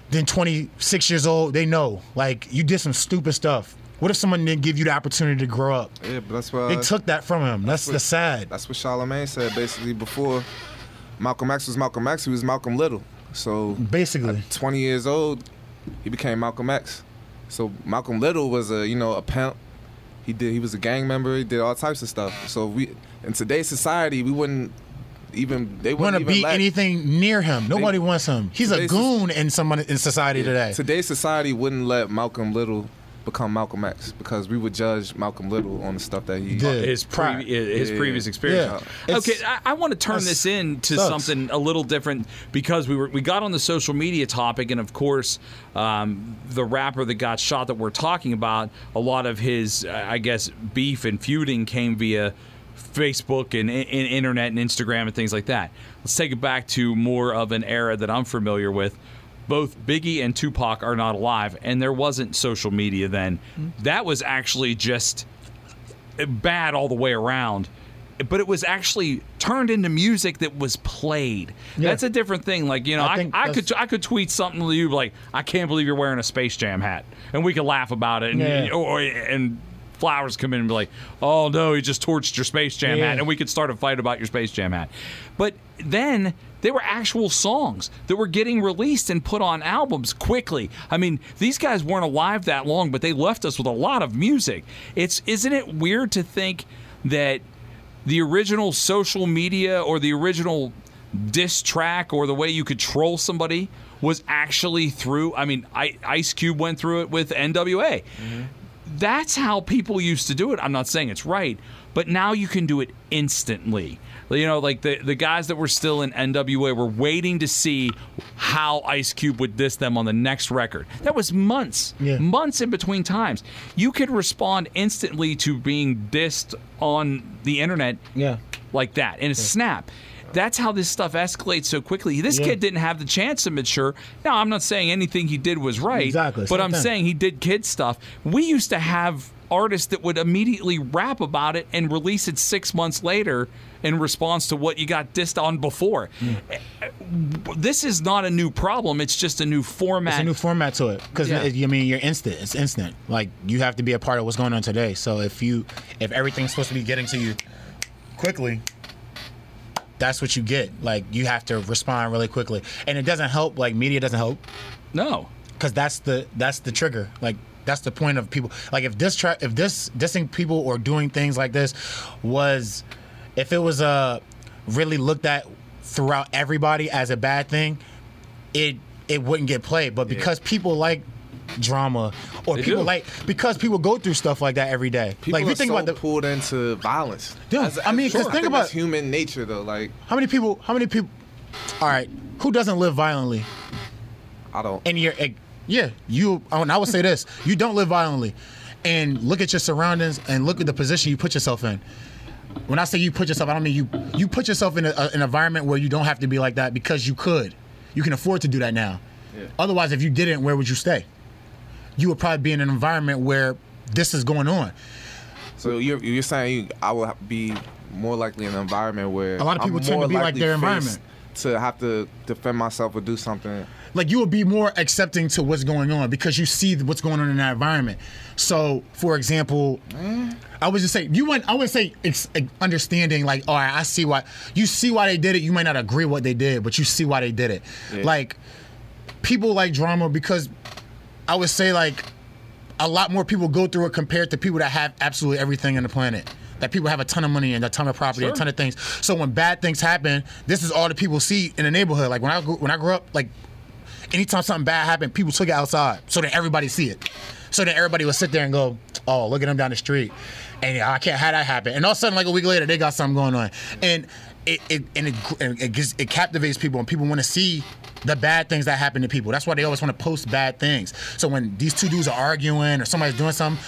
Speaker 4: than 26 years old, they know. Like, you did some stupid stuff. What if someone didn't give you the opportunity to grow up?
Speaker 2: Yeah, but that's what
Speaker 4: They took that from him. That's the sad.
Speaker 2: Uh, That's what Charlemagne said basically before Malcolm X was Malcolm X, he was Malcolm Little. So
Speaker 4: Mm-hmm. Basically,
Speaker 2: 20 years old, he became Malcolm X. So Malcolm Little was a, you know, a pimp. He did he was a gang member, he did all types of stuff. So we in today's society, we wouldn't even they
Speaker 4: want
Speaker 2: wouldn't
Speaker 4: to
Speaker 2: even
Speaker 4: be
Speaker 2: let-
Speaker 4: anything near him. Nobody wants him. He's a
Speaker 2: today's-
Speaker 4: goon in someone in society today.
Speaker 2: Today's society wouldn't let Malcolm Little become Malcolm X because we would judge Malcolm Little on the stuff that he
Speaker 4: Did.
Speaker 3: his pre-
Speaker 4: Prior.
Speaker 3: his
Speaker 2: Yeah.
Speaker 3: previous experience.
Speaker 4: Yeah.
Speaker 3: Okay,
Speaker 4: It's-
Speaker 3: I, I want to turn this into
Speaker 4: sucks.
Speaker 3: something a little different because we were we got on the social media topic, and of course, um, the rapper that got shot that we're talking about, a lot of his, uh, I guess, beef and feuding came via Facebook and, and internet and Instagram and things like that. Let's take it back to more of an era that I'm familiar with. Both Biggie and Tupac are not alive, and there wasn't social media then. That was actually just bad all the way around. But it was actually turned into music that was played.
Speaker 4: Yeah.
Speaker 3: That's a different thing. Like you know,
Speaker 4: I
Speaker 3: I,
Speaker 4: think
Speaker 3: I,
Speaker 4: that's-
Speaker 3: could I could tweet something to you like, "I can't believe you're wearing a Space Jam hat," and we could laugh about it. And,
Speaker 4: Yeah.
Speaker 3: or, Oh, and flowers come in and be like, "Oh no, you just torched your Space Jam
Speaker 4: Yeah.
Speaker 3: hat," and we could start a fight about your Space Jam hat. But then there were actual songs that were getting released and put on albums quickly. I mean, these guys weren't alive that long, but they left us with a lot of music. It's isn't it weird to think that the original social media or the original diss track or the way you could troll somebody was actually through. I mean, I, Ice Cube went through it with NWA. That's how people used to do it. I'm not saying it's right, but now you can do it instantly. You know, like the, the guys that were still in NWA were waiting to see how Ice Cube would diss them on the next record. That was months,
Speaker 5: Yeah.
Speaker 3: months in between times. You could respond instantly to being dissed on the internet
Speaker 6: Yeah.
Speaker 3: like that in a snap. That's how this stuff escalates so quickly. This kid didn't have the chance to mature. Now, I'm not saying anything he did was right,
Speaker 5: Exactly,
Speaker 3: but
Speaker 5: same
Speaker 3: I'm
Speaker 5: thing.
Speaker 3: saying he did kid stuff. We used to have artists that would immediately rap about it and release it six months later in response to what you got dissed on before. This is not a new problem. It's just a new format.
Speaker 4: It's a new format to it because
Speaker 3: Yeah.
Speaker 4: I mean you're instant. It's instant. Like you have to be a part of what's going on today. So if you if everything's supposed to be getting to you quickly, that's what you get. Like you have to respond really quickly, and it doesn't help. Like media doesn't help
Speaker 3: no.
Speaker 4: because that's the that's the trigger. Like that's the point of people. Like if this tra- if this dissing people or doing things like this was, if it was uh really looked at throughout everybody as a bad thing, it it wouldn't get played. But because people like drama or
Speaker 3: They
Speaker 4: people
Speaker 3: do.
Speaker 4: like because people go through stuff like that every day.
Speaker 2: People
Speaker 4: like if you
Speaker 2: are
Speaker 4: think
Speaker 2: so
Speaker 4: about the
Speaker 2: pulled into violence.
Speaker 4: Yeah, I mean, 'cause
Speaker 2: I
Speaker 4: think
Speaker 2: that's
Speaker 4: about-
Speaker 2: human nature though. Like
Speaker 4: how many people how many people all right who doesn't live violently
Speaker 2: I don't.
Speaker 4: and you're eh, yeah you oh, and i would say this you don't live violently and look at your surroundings and look at the position you put yourself in when i say you put yourself i don't mean you you put yourself in a, a- an environment where you don't have to be like that because you could you can afford to do that now otherwise if you didn't where would you stay you would probably be in an environment where this is going on
Speaker 2: So you're you're saying you, I will be more likely in an environment where
Speaker 4: A lot of people
Speaker 2: I'm
Speaker 4: tend to
Speaker 2: more
Speaker 4: be like
Speaker 2: likely
Speaker 4: their
Speaker 2: faced
Speaker 4: environment.
Speaker 2: To have to defend myself or do something.
Speaker 4: like you would be more accepting to what's going on because you see what's going on in that environment. So, for example, I would just say you wouldn't. I would say ex- understanding, like, all right, I see why you see why they did it. You might not agree what they did, but you see why they did it. Like people like drama because I would say like a lot more people go through it compared to people that have absolutely everything on the planet. That people have a ton of money and a ton of property,
Speaker 3: Sure.
Speaker 4: a ton of things. So when bad things happen, this is all the people see in the neighborhood. Like when I grew, when I grew up, like anytime something bad happened, people took it outside so that everybody see it. So that everybody would sit there and go, "Oh, look at them down the street," and I can't have that happen. And all of a sudden, like a week later, they got something going on, and it, it and it and it, gives, it captivates people, and people want to see the bad things that happen to people. That's why they always want to post bad things. So when these two dudes are arguing or somebody's doing something,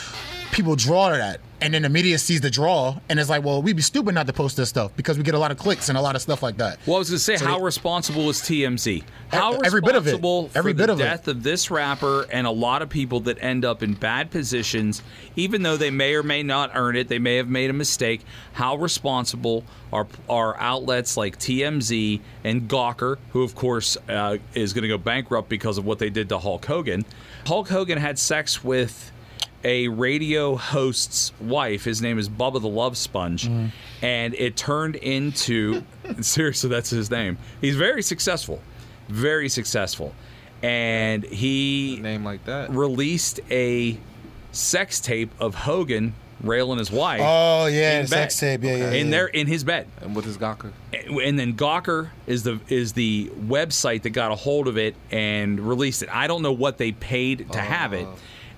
Speaker 4: people draw to that. And then the media sees the draw, and it's like, well, we'd be stupid not to post this stuff because we get a lot of clicks and a lot of stuff like that.
Speaker 3: Well, I was going to say, how responsible is TMZ? How
Speaker 4: every bit of it.
Speaker 3: responsible
Speaker 4: Every
Speaker 3: for
Speaker 4: bit
Speaker 3: the
Speaker 4: of it.
Speaker 3: death of this rapper and a lot of people that end up in bad positions, even though they may or may not earn it, they may have made a mistake. How responsible are are outlets like TMZ and Gawker, who of course uh, is going to go bankrupt because of what they did to Hulk Hogan? Hulk Hogan had sex with a radio host's wife. His name is Bubba the Love Sponge,
Speaker 5: Mm-hmm.
Speaker 3: and it turned into seriously that's his name. He's very successful, very successful, and he
Speaker 2: Name like that.
Speaker 3: released a sex tape of Hogan railing his wife.
Speaker 5: Oh yeah,
Speaker 3: in
Speaker 5: the sex
Speaker 3: bed.
Speaker 5: tape. Yeah, yeah. yeah.
Speaker 3: in there in his bed
Speaker 2: And what is Gawker?
Speaker 3: and then Gawker is the is the website that got a hold of it and released it. I don't know what they paid to have
Speaker 5: Oh.
Speaker 3: it.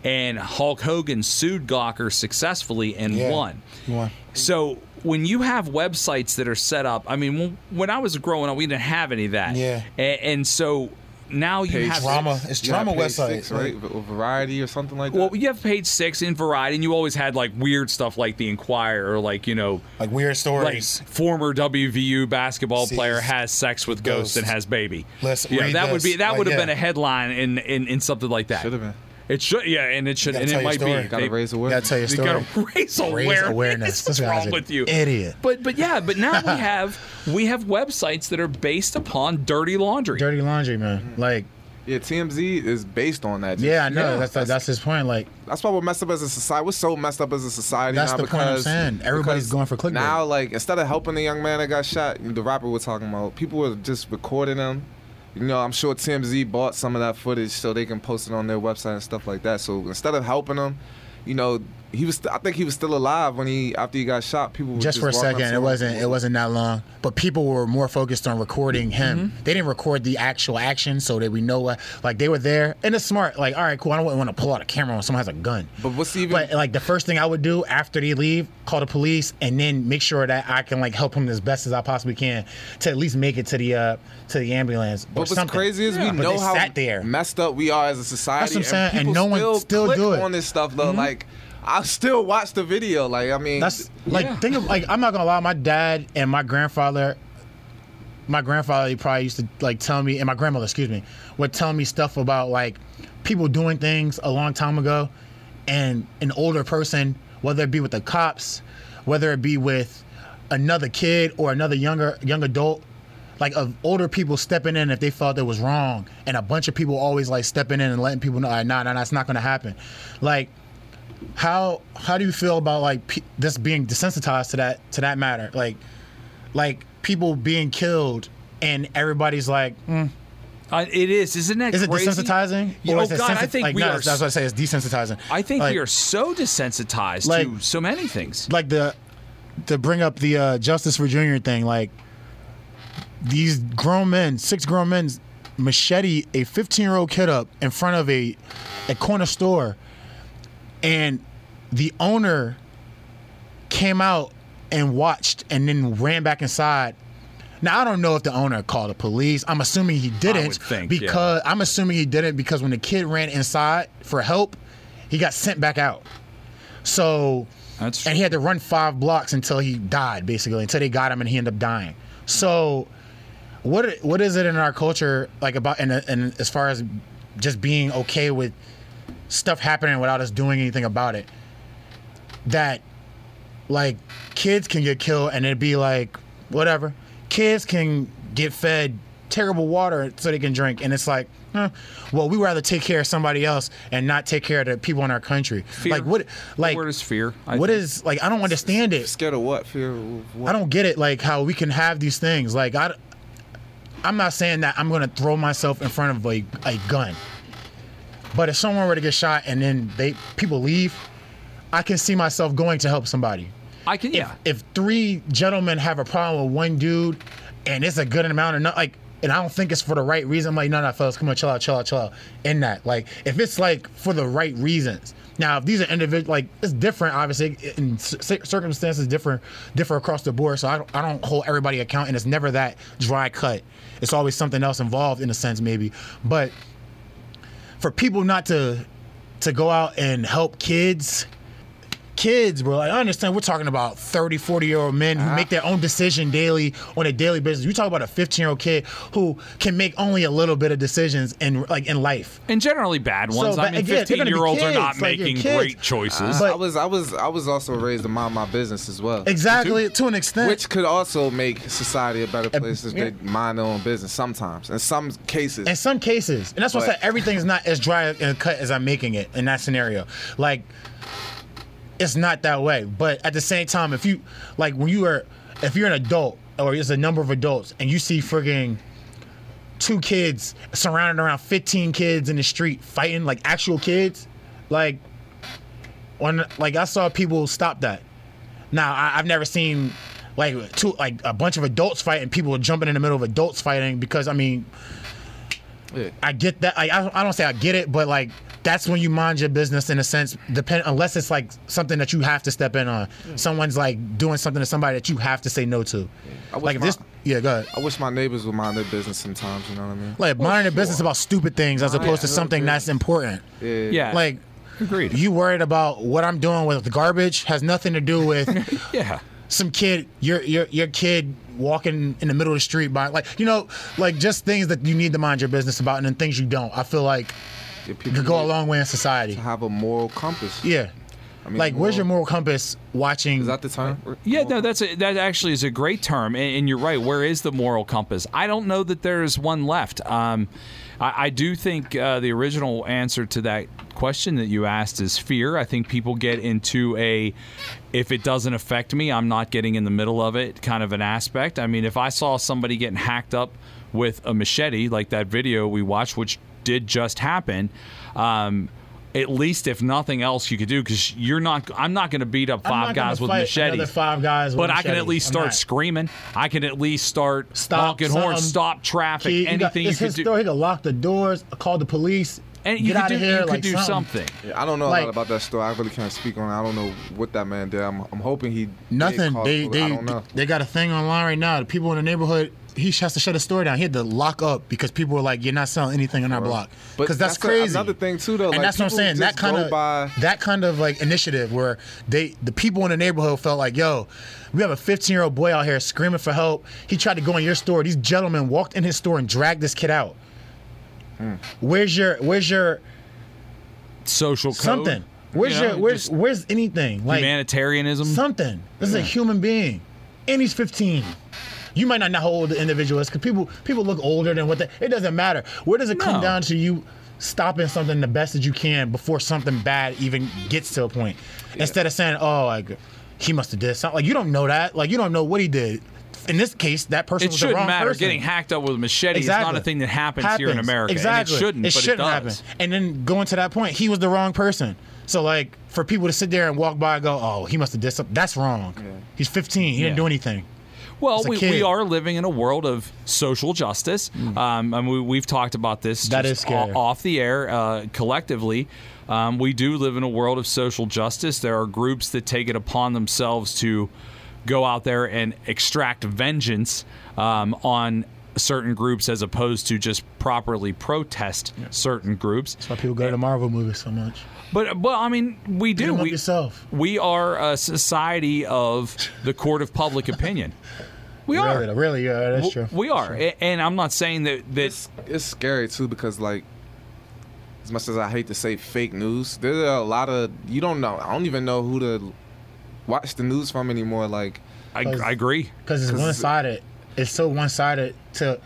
Speaker 3: And Hulk Hogan sued Gawker successfully and
Speaker 5: Yeah.
Speaker 3: won.
Speaker 5: One.
Speaker 3: So when you have websites that are set up, I mean, when- when I was growing up, we didn't have any of that.
Speaker 5: Yeah.
Speaker 3: A- And, so now you have
Speaker 5: Drama. It's
Speaker 2: You had
Speaker 5: drama
Speaker 2: page
Speaker 5: website.
Speaker 2: six, right? V- Variety or something like that.
Speaker 3: Well, you have page six in Variety, and you always had like weird stuff like the Inquirer, or like you know,
Speaker 5: Like weird
Speaker 3: like
Speaker 5: stories.
Speaker 3: former WVU basketball
Speaker 5: Sees
Speaker 3: player has sex with ghosts
Speaker 5: ghosts.
Speaker 3: and has baby.
Speaker 5: Let's
Speaker 3: You know,
Speaker 5: read
Speaker 3: that would be
Speaker 5: this.
Speaker 3: that
Speaker 5: Like,
Speaker 3: would have
Speaker 5: yeah.
Speaker 3: been a headline in, in in something like that.
Speaker 2: Should have been.
Speaker 3: It should yeah, and it should
Speaker 5: gotta
Speaker 3: and
Speaker 5: tell
Speaker 3: it
Speaker 5: your
Speaker 3: might
Speaker 5: story.
Speaker 3: be.
Speaker 2: Gotta
Speaker 3: They-
Speaker 2: raise
Speaker 4: You gotta
Speaker 2: awareness.
Speaker 4: tell your
Speaker 3: they
Speaker 4: story.
Speaker 3: gotta raise
Speaker 4: Raise
Speaker 3: awareness.
Speaker 4: awareness.
Speaker 3: What's
Speaker 4: This guy's
Speaker 3: wrong
Speaker 4: an
Speaker 3: with you?
Speaker 4: Idiot.
Speaker 3: But but yeah, but now we have we have websites that are based upon dirty laundry.
Speaker 4: Dirty laundry, man. Like,
Speaker 2: Yeah, TMZ is based on that.
Speaker 4: yeah, I know.
Speaker 3: Yeah.
Speaker 4: that's, that's that's his point. Like,
Speaker 2: That's why we're messed up as a society. We're so messed up as a society
Speaker 4: That's
Speaker 2: now
Speaker 4: the
Speaker 2: because
Speaker 4: point I'm saying. Everybody's
Speaker 2: because
Speaker 4: going for clickbait.
Speaker 2: Now, like instead of helping the young man that got shot, the rapper we're talking about, people were just recording him. You know, I'm sure TMZ bought some of that footage so they can post it on their website and stuff like that. So instead of helping them, you know, He was. st- I think he was still alive when he after he got shot. People were
Speaker 4: just,
Speaker 2: just
Speaker 4: for a
Speaker 2: walking up to
Speaker 4: second. It
Speaker 2: him.
Speaker 4: wasn't it wasn't that long, but people were more focused on recording him. They didn't record the actual action, so that we know what like they were there. And it's smart. Like, all right, cool. I don't want to pull out a camera when someone has a gun.
Speaker 2: But what's even?
Speaker 4: But like the first thing I would do after they leave, call the police, and then make sure that I can like help him as best as I possibly can to at least make it to the uh to the ambulance.
Speaker 2: but
Speaker 4: or
Speaker 2: what's
Speaker 4: something.
Speaker 2: crazy is we
Speaker 4: But
Speaker 2: know
Speaker 4: they
Speaker 2: how
Speaker 4: sat there.
Speaker 2: messed up we are as a society.
Speaker 4: That's what I'm saying, and
Speaker 2: people
Speaker 4: no one still
Speaker 2: click
Speaker 4: do it. Mm-hmm.
Speaker 2: on this stuff though. Like I still watch the video. Like I mean,
Speaker 4: That's
Speaker 3: Yeah.
Speaker 4: like think of like I'm not gonna lie, my dad and my grandfather my grandfather he probably used to like tell me and my grandmother, excuse me, would tell me stuff about like people doing things a long time ago and an older person, whether it be with the cops, whether it be with another kid or another younger young adult, like of older people stepping in if they felt it was wrong and a bunch of people always like stepping in and letting people know, all right, nah, nah, that's not gonna happen. Like how how do you feel about like pe- this being desensitized to that to that matter like like people being killed and everybody's like mm,
Speaker 3: I, Uh, it is. Isn't that
Speaker 4: is it
Speaker 3: crazy?
Speaker 4: desensitizing
Speaker 3: Yeah, oh
Speaker 4: is it
Speaker 3: God, I
Speaker 4: sensi-
Speaker 3: think
Speaker 4: like,
Speaker 3: we
Speaker 4: no,
Speaker 3: are.
Speaker 4: that's, that's what i say it's desensitizing
Speaker 3: I think
Speaker 4: like,
Speaker 3: we are so desensitized
Speaker 4: Like-
Speaker 3: to so many things.
Speaker 4: like the to bring up the uh, justice for junior thing like these grown men six grown men machete a 15 year old kid up in front of a a corner store and the owner came out and watched and then ran back inside now I don't know if the owner called the police. I'm assuming he didn't
Speaker 3: would think,
Speaker 4: because I'm assuming he didn't because when the kid ran inside for help, he got sent back out. So
Speaker 3: That's
Speaker 4: and he had to run five blocks until he died, basically, until they got him and he ended up dying. So, what what is it in our culture like about and and as far as just being okay with stuff happening without us doing anything about it? That like kids can get killed and it'd be like whatever. Kids can get fed terrible water so they can drink and it's like huh, well we rather take care of somebody else and not take care of the people in our country
Speaker 3: Fear.
Speaker 4: like what like
Speaker 3: word is fear. I
Speaker 4: what
Speaker 3: think.
Speaker 4: is like I don't understand it.
Speaker 2: scared of what? Fear. Of what?
Speaker 4: I don't get it. Like how we can have these things. Like I, I'm not saying that I'm gonna throw myself in front of a, a gun, but if someone were to get shot and then they people leave, I can see myself going to help somebody.
Speaker 3: I can. Yeah.
Speaker 4: If three gentlemen have a problem with one dude, and it's a good amount of not like. And I don't think it's for the right reason. I'm like, no, no, fellas, come on, chill out, chill out, chill out. In that, like, if it's like for the right reasons. Now, if these are individual, like, it's different, obviously, and cir- circumstances different, differ across the board. So I don't, I don't hold everybody account, and it's never that dry cut. It's always something else involved, in a sense, maybe. But for people not to to go out and help kids kids bro like, i understand we're talking about 30 40 year old men who make their own decision daily on a daily basis you talk about a 15 year old kid who can make only a little bit of decisions in like in life
Speaker 3: and generally bad ones. I
Speaker 4: but
Speaker 3: mean,
Speaker 4: again, they're gonna be
Speaker 3: fifteen-year-olds are not
Speaker 4: kids, like, you're
Speaker 3: making
Speaker 4: kids. Uh,
Speaker 3: great choices.
Speaker 4: but-
Speaker 2: I was. I was. I was also raised to mind my business as well.
Speaker 4: exactly to an extent
Speaker 2: Which could also make society a better place if
Speaker 4: yeah.
Speaker 2: they mind their own business sometimes. In some cases,
Speaker 4: in some cases and that's why i
Speaker 2: But-
Speaker 4: said everything's not as dry and cut as i'm making it in that scenario like it's not that way but at the same time if you like when you are if you're an adult or there's a number of adults and you see frigging two kids surrounded around 15 kids in the street fighting like actual kids like on like i saw people stop that now I, I've never seen like two like a bunch of adults fighting people jumping in the middle of adults fighting because I mean
Speaker 2: Yeah.
Speaker 4: I get that like, I don't- I don't say I get it but like that's when you mind your business in a sense depend unless it's like something that you have to step in on someone's like doing something to somebody that you have to say no to
Speaker 2: I wish
Speaker 4: like if
Speaker 2: my-
Speaker 4: this yeah go ahead
Speaker 2: I wish my neighbors would mind their business sometimes. You know what I mean?
Speaker 4: like mind your business about stupid things as opposed to
Speaker 2: yeah,
Speaker 4: something that's important
Speaker 3: yeah.
Speaker 4: like
Speaker 3: agreed.
Speaker 4: you worried about what I'm doing with the garbage has nothing to do with
Speaker 3: yeah.
Speaker 4: some kid your your your kid walking in the middle of the street by like you know like just things that you need to mind your business about and then things you don't i feel like
Speaker 2: Yeah,
Speaker 4: could
Speaker 2: people
Speaker 4: go a
Speaker 2: need
Speaker 4: long way in society
Speaker 2: to Have a moral compass.
Speaker 4: yeah
Speaker 2: I mean,
Speaker 4: like where's your moral compass watching
Speaker 2: Is that the term?
Speaker 3: Yeah, no, that's a, that actually is a great term, and, and you're right. Where is the moral compass? I don't know that there is one left. Um, I, I do think uh, the original answer to that question that you asked is fear. I think people get into a if it doesn't affect me, I'm not getting in the middle of it kind of an aspect. I mean, if I saw somebody getting hacked up with a machete, like that video we watched, which did just happen. Um, at least if nothing else you could do because you're not i'm not going to beat up
Speaker 7: I'm
Speaker 3: five
Speaker 7: not gonna
Speaker 3: guys with
Speaker 7: fight
Speaker 3: machetes
Speaker 7: another Five guys, with
Speaker 3: but i can
Speaker 7: machetes.
Speaker 3: at least
Speaker 7: I'm
Speaker 3: start
Speaker 7: not.
Speaker 3: screaming i can at least start
Speaker 7: Stop
Speaker 3: honking horns
Speaker 7: something.
Speaker 3: stop traffic
Speaker 7: He- he got-
Speaker 3: anything you
Speaker 7: it's
Speaker 3: could
Speaker 7: his
Speaker 3: do
Speaker 7: Store. He could lock the doors, call the police,
Speaker 3: and
Speaker 7: get
Speaker 3: you could
Speaker 7: out
Speaker 3: do,
Speaker 7: of here.
Speaker 3: you could
Speaker 7: like
Speaker 3: do something,
Speaker 2: I don't know a
Speaker 7: Like-
Speaker 2: lot about that story. I really can't speak on. it. I don't know what that man did. I'm, I'm hoping he did
Speaker 4: Nothing.
Speaker 2: cause-
Speaker 4: They
Speaker 2: I
Speaker 4: they
Speaker 2: don't know.
Speaker 4: they got a thing online right now. The people in the neighborhood. He has to shut his store down. He had to lock up because people were like, "You're not selling anything on our block."
Speaker 2: But
Speaker 4: Because that's,
Speaker 2: that's a-
Speaker 4: crazy.
Speaker 2: another thing, too, though.
Speaker 4: And
Speaker 2: Like,
Speaker 4: that's what I'm
Speaker 2: people
Speaker 4: saying. That
Speaker 2: just
Speaker 4: kind
Speaker 2: go
Speaker 4: of
Speaker 2: by-
Speaker 4: that kind of like initiative where they the people in the neighborhood felt like, "Yo, we have a 15 year old boy out here screaming for help. He tried to go in your store. These gentlemen walked in his store and dragged this kid out.
Speaker 2: Hmm.
Speaker 4: Where's your Where's your
Speaker 3: social code,
Speaker 4: something? Where's
Speaker 3: you know,
Speaker 4: your where's
Speaker 3: just
Speaker 4: where's anything like
Speaker 3: humanitarianism?
Speaker 4: something. This is a human being, and he's 15. You might not know how old the individual is because people people look older than what they. It doesn't matter. Where does it come
Speaker 3: No.
Speaker 4: down to you stopping something the best that you can before something bad even gets to a point? Instead of saying, "Oh, like he must have did something," like you don't know that. Like you don't know what he did. In this case, that person
Speaker 3: it
Speaker 4: was the
Speaker 3: shouldn't
Speaker 4: wrong
Speaker 3: matter.
Speaker 4: person.
Speaker 3: Getting hacked up with a machete is not a thing that happens, here in America. and
Speaker 4: Exactly.
Speaker 3: it shouldn't, but it does.
Speaker 4: happen. And then going to that point, he was the wrong person. So like for people to sit there and walk by and go, oh, he must have did something. That's wrong. He's 15. He
Speaker 3: Yeah.
Speaker 4: didn't do anything.
Speaker 3: Well,
Speaker 4: As a
Speaker 3: we,
Speaker 4: kid. Mm.
Speaker 3: we are living in a world of social justice. Um, and we, we've talked about this
Speaker 4: That
Speaker 3: just
Speaker 4: is scary.
Speaker 3: o- off the air uh, collectively. Um, we do live in a world of social justice. There are groups that take it upon themselves to go out there and extract vengeance um, on certain groups as opposed to just properly protest certain groups.
Speaker 4: That's why people go to the Marvel movies so much.
Speaker 3: But, well, I mean, we do.
Speaker 4: You love
Speaker 3: We,
Speaker 4: yourself.
Speaker 3: we are a society of the court of public opinion. We are.
Speaker 4: Really, really, yeah, that's true.
Speaker 3: We are, A- and I'm not saying that that
Speaker 2: It's, it's scary too because like, as much as I hate to say fake news, there are a lot of you don't know. I don't even know who to watch the news from anymore. Like,
Speaker 3: I, I agree.
Speaker 4: Because it's
Speaker 2: 'Cause-
Speaker 4: one sided. It's so one sided to.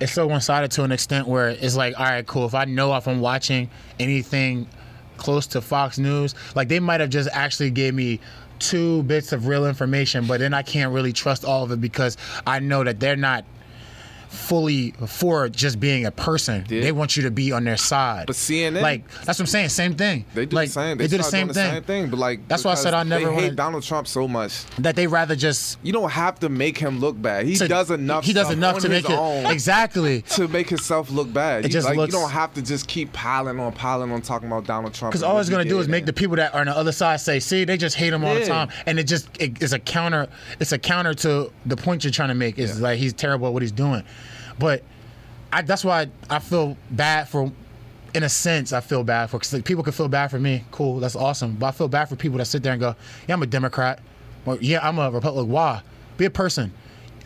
Speaker 4: It's so one sided to an extent where it's like, all right, cool. If I know if I'm watching anything close to Fox News, like they might have just actually gave me two bits of real information, but then I can't really trust all of it because I know that they're not fully for just being a person.
Speaker 2: Yeah.
Speaker 4: They want you to be on their side.
Speaker 2: but CNN,
Speaker 4: like that's what I'm saying. Same thing.
Speaker 2: they do
Speaker 4: like,
Speaker 2: the same. They,
Speaker 4: did the
Speaker 2: start
Speaker 4: same
Speaker 2: doing
Speaker 4: thing.
Speaker 2: the same thing. But like,
Speaker 4: That's why I said I
Speaker 2: because
Speaker 4: never
Speaker 2: They hate
Speaker 4: wanted-
Speaker 2: Donald Trump so much.
Speaker 4: That they rather just
Speaker 2: You don't have to make him look bad. He
Speaker 4: to-
Speaker 2: does enough.
Speaker 4: He does
Speaker 2: stuff
Speaker 4: enough
Speaker 2: on
Speaker 4: to
Speaker 2: his
Speaker 4: make it
Speaker 2: own.
Speaker 4: exactly.
Speaker 2: to make himself look bad.
Speaker 4: It
Speaker 2: You-
Speaker 4: just
Speaker 2: like,
Speaker 4: looks-
Speaker 2: you don't have to just keep piling on, piling on, talking about Donald Trump.
Speaker 4: Because
Speaker 2: and
Speaker 4: all
Speaker 2: what
Speaker 4: it's
Speaker 2: he
Speaker 4: gonna do
Speaker 2: did
Speaker 4: is make
Speaker 2: and-
Speaker 4: the people that are on the other side say, "See, they just hate him all the
Speaker 2: Yeah.
Speaker 4: time," and it just it, it's a counter. It's a counter to the point you're trying to make. Is like he's terrible at what he's doing, but I, that's why I feel bad for. In a sense, I feel bad for because like, people can feel bad for me. Cool, that's awesome. But I feel bad for people that sit there and go, "Yeah, I'm a Democrat," or "Yeah, I'm a Republican." Why? Be a person.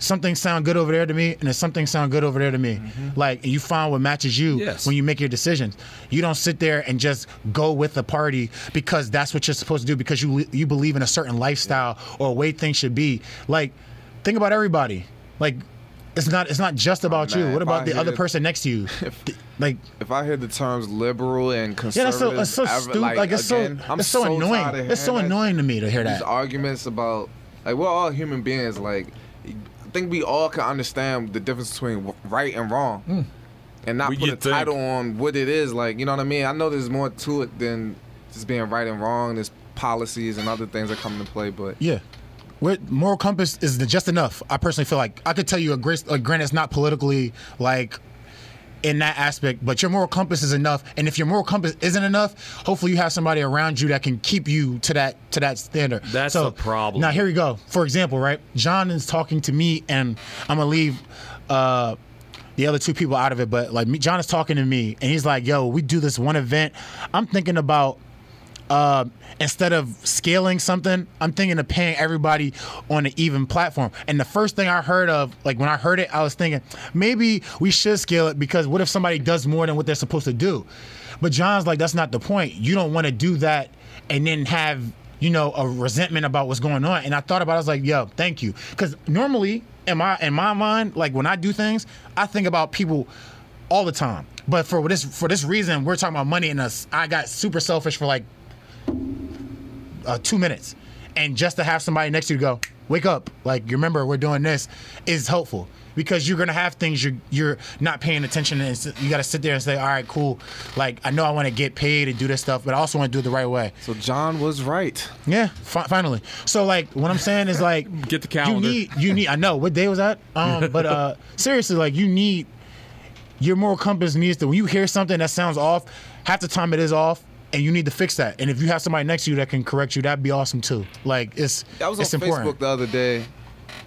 Speaker 4: Something sound good over there to me, and then something sound good over there to me. Like you find what matches you
Speaker 3: Yes.
Speaker 4: when you make your decisions. You don't sit there and just go with the party because that's what you're supposed to do because you you believe in a certain lifestyle or way things should be. Like, think about everybody. Like, it's not it's not just about you.
Speaker 2: man,
Speaker 4: What
Speaker 2: if
Speaker 4: about
Speaker 2: I
Speaker 4: the
Speaker 2: hear
Speaker 4: other
Speaker 2: that-
Speaker 4: person next to you? Th- like,
Speaker 2: If I hear the terms liberal and
Speaker 4: yeah,
Speaker 2: conservative,
Speaker 4: that's so it's so stupid. Like, it's so
Speaker 2: I'm
Speaker 4: it's so,
Speaker 2: tired of
Speaker 4: annoying. It's so
Speaker 2: hearing that-
Speaker 4: annoying to me to hear
Speaker 2: These
Speaker 4: that.
Speaker 2: arguments about like we're all human beings. Like I think we all can understand the difference between w- right and wrong,
Speaker 4: Hmm.
Speaker 2: and not
Speaker 3: What
Speaker 2: put
Speaker 3: you
Speaker 2: a
Speaker 3: think?
Speaker 2: title on what it is. Like you know what I mean? I know there's more to it than just being right and wrong. There's policies and other things that come into play, but
Speaker 4: Yeah. We're, moral compass is the- just enough. I personally feel like I could tell you a great, a grant that's not politically like in that aspect, but your moral compass is enough. And if your moral compass isn't enough, hopefully you have somebody around you that can keep you to that to that standard.
Speaker 3: That's the problem.
Speaker 4: Now here we go. For example, right? John is talking to me, and I'm gonna leave. Uh, the other two people out of it, but like me, John is talking to me, and he's like, "Yo, we do this one event. I'm thinking about um, instead of scaling something, I'm thinking of paying everybody on an even platform. And the first thing I heard of, like when I heard it, I was thinking maybe we should scale it because what if somebody does more than what they're supposed to do? But John's like, that's not the point. You don't want to do that and then have you know a resentment about what's going on. And I thought about, it, I was like, yo, thank you, because normally in my in my mind, like when I do things, I think about people all the time. But for this for this reason, we're talking about money, and us, I got super selfish for like uh, two minutes. and just to have somebody next to you go, wake up, like you remember we're doing this, is helpful because you're gonna have things you're you're not paying attention to, and s- you got to sit there and say, all right, cool, like I know I want to get paid and do this stuff, but I also want to do it the right way.
Speaker 2: So John was right.
Speaker 4: Yeah, fi- finally. So like, what I'm saying is like,
Speaker 3: Get the calendar.
Speaker 4: You need, you need. I know what day was that. Um, but uh, seriously, like, you need your moral compass needs to. When you hear something that sounds off, half the time it is off, and you need to fix that. And if you have somebody next to you that can correct you, that'd be awesome too. Like, it's
Speaker 2: I was on
Speaker 4: it's important.
Speaker 2: Facebook the other day,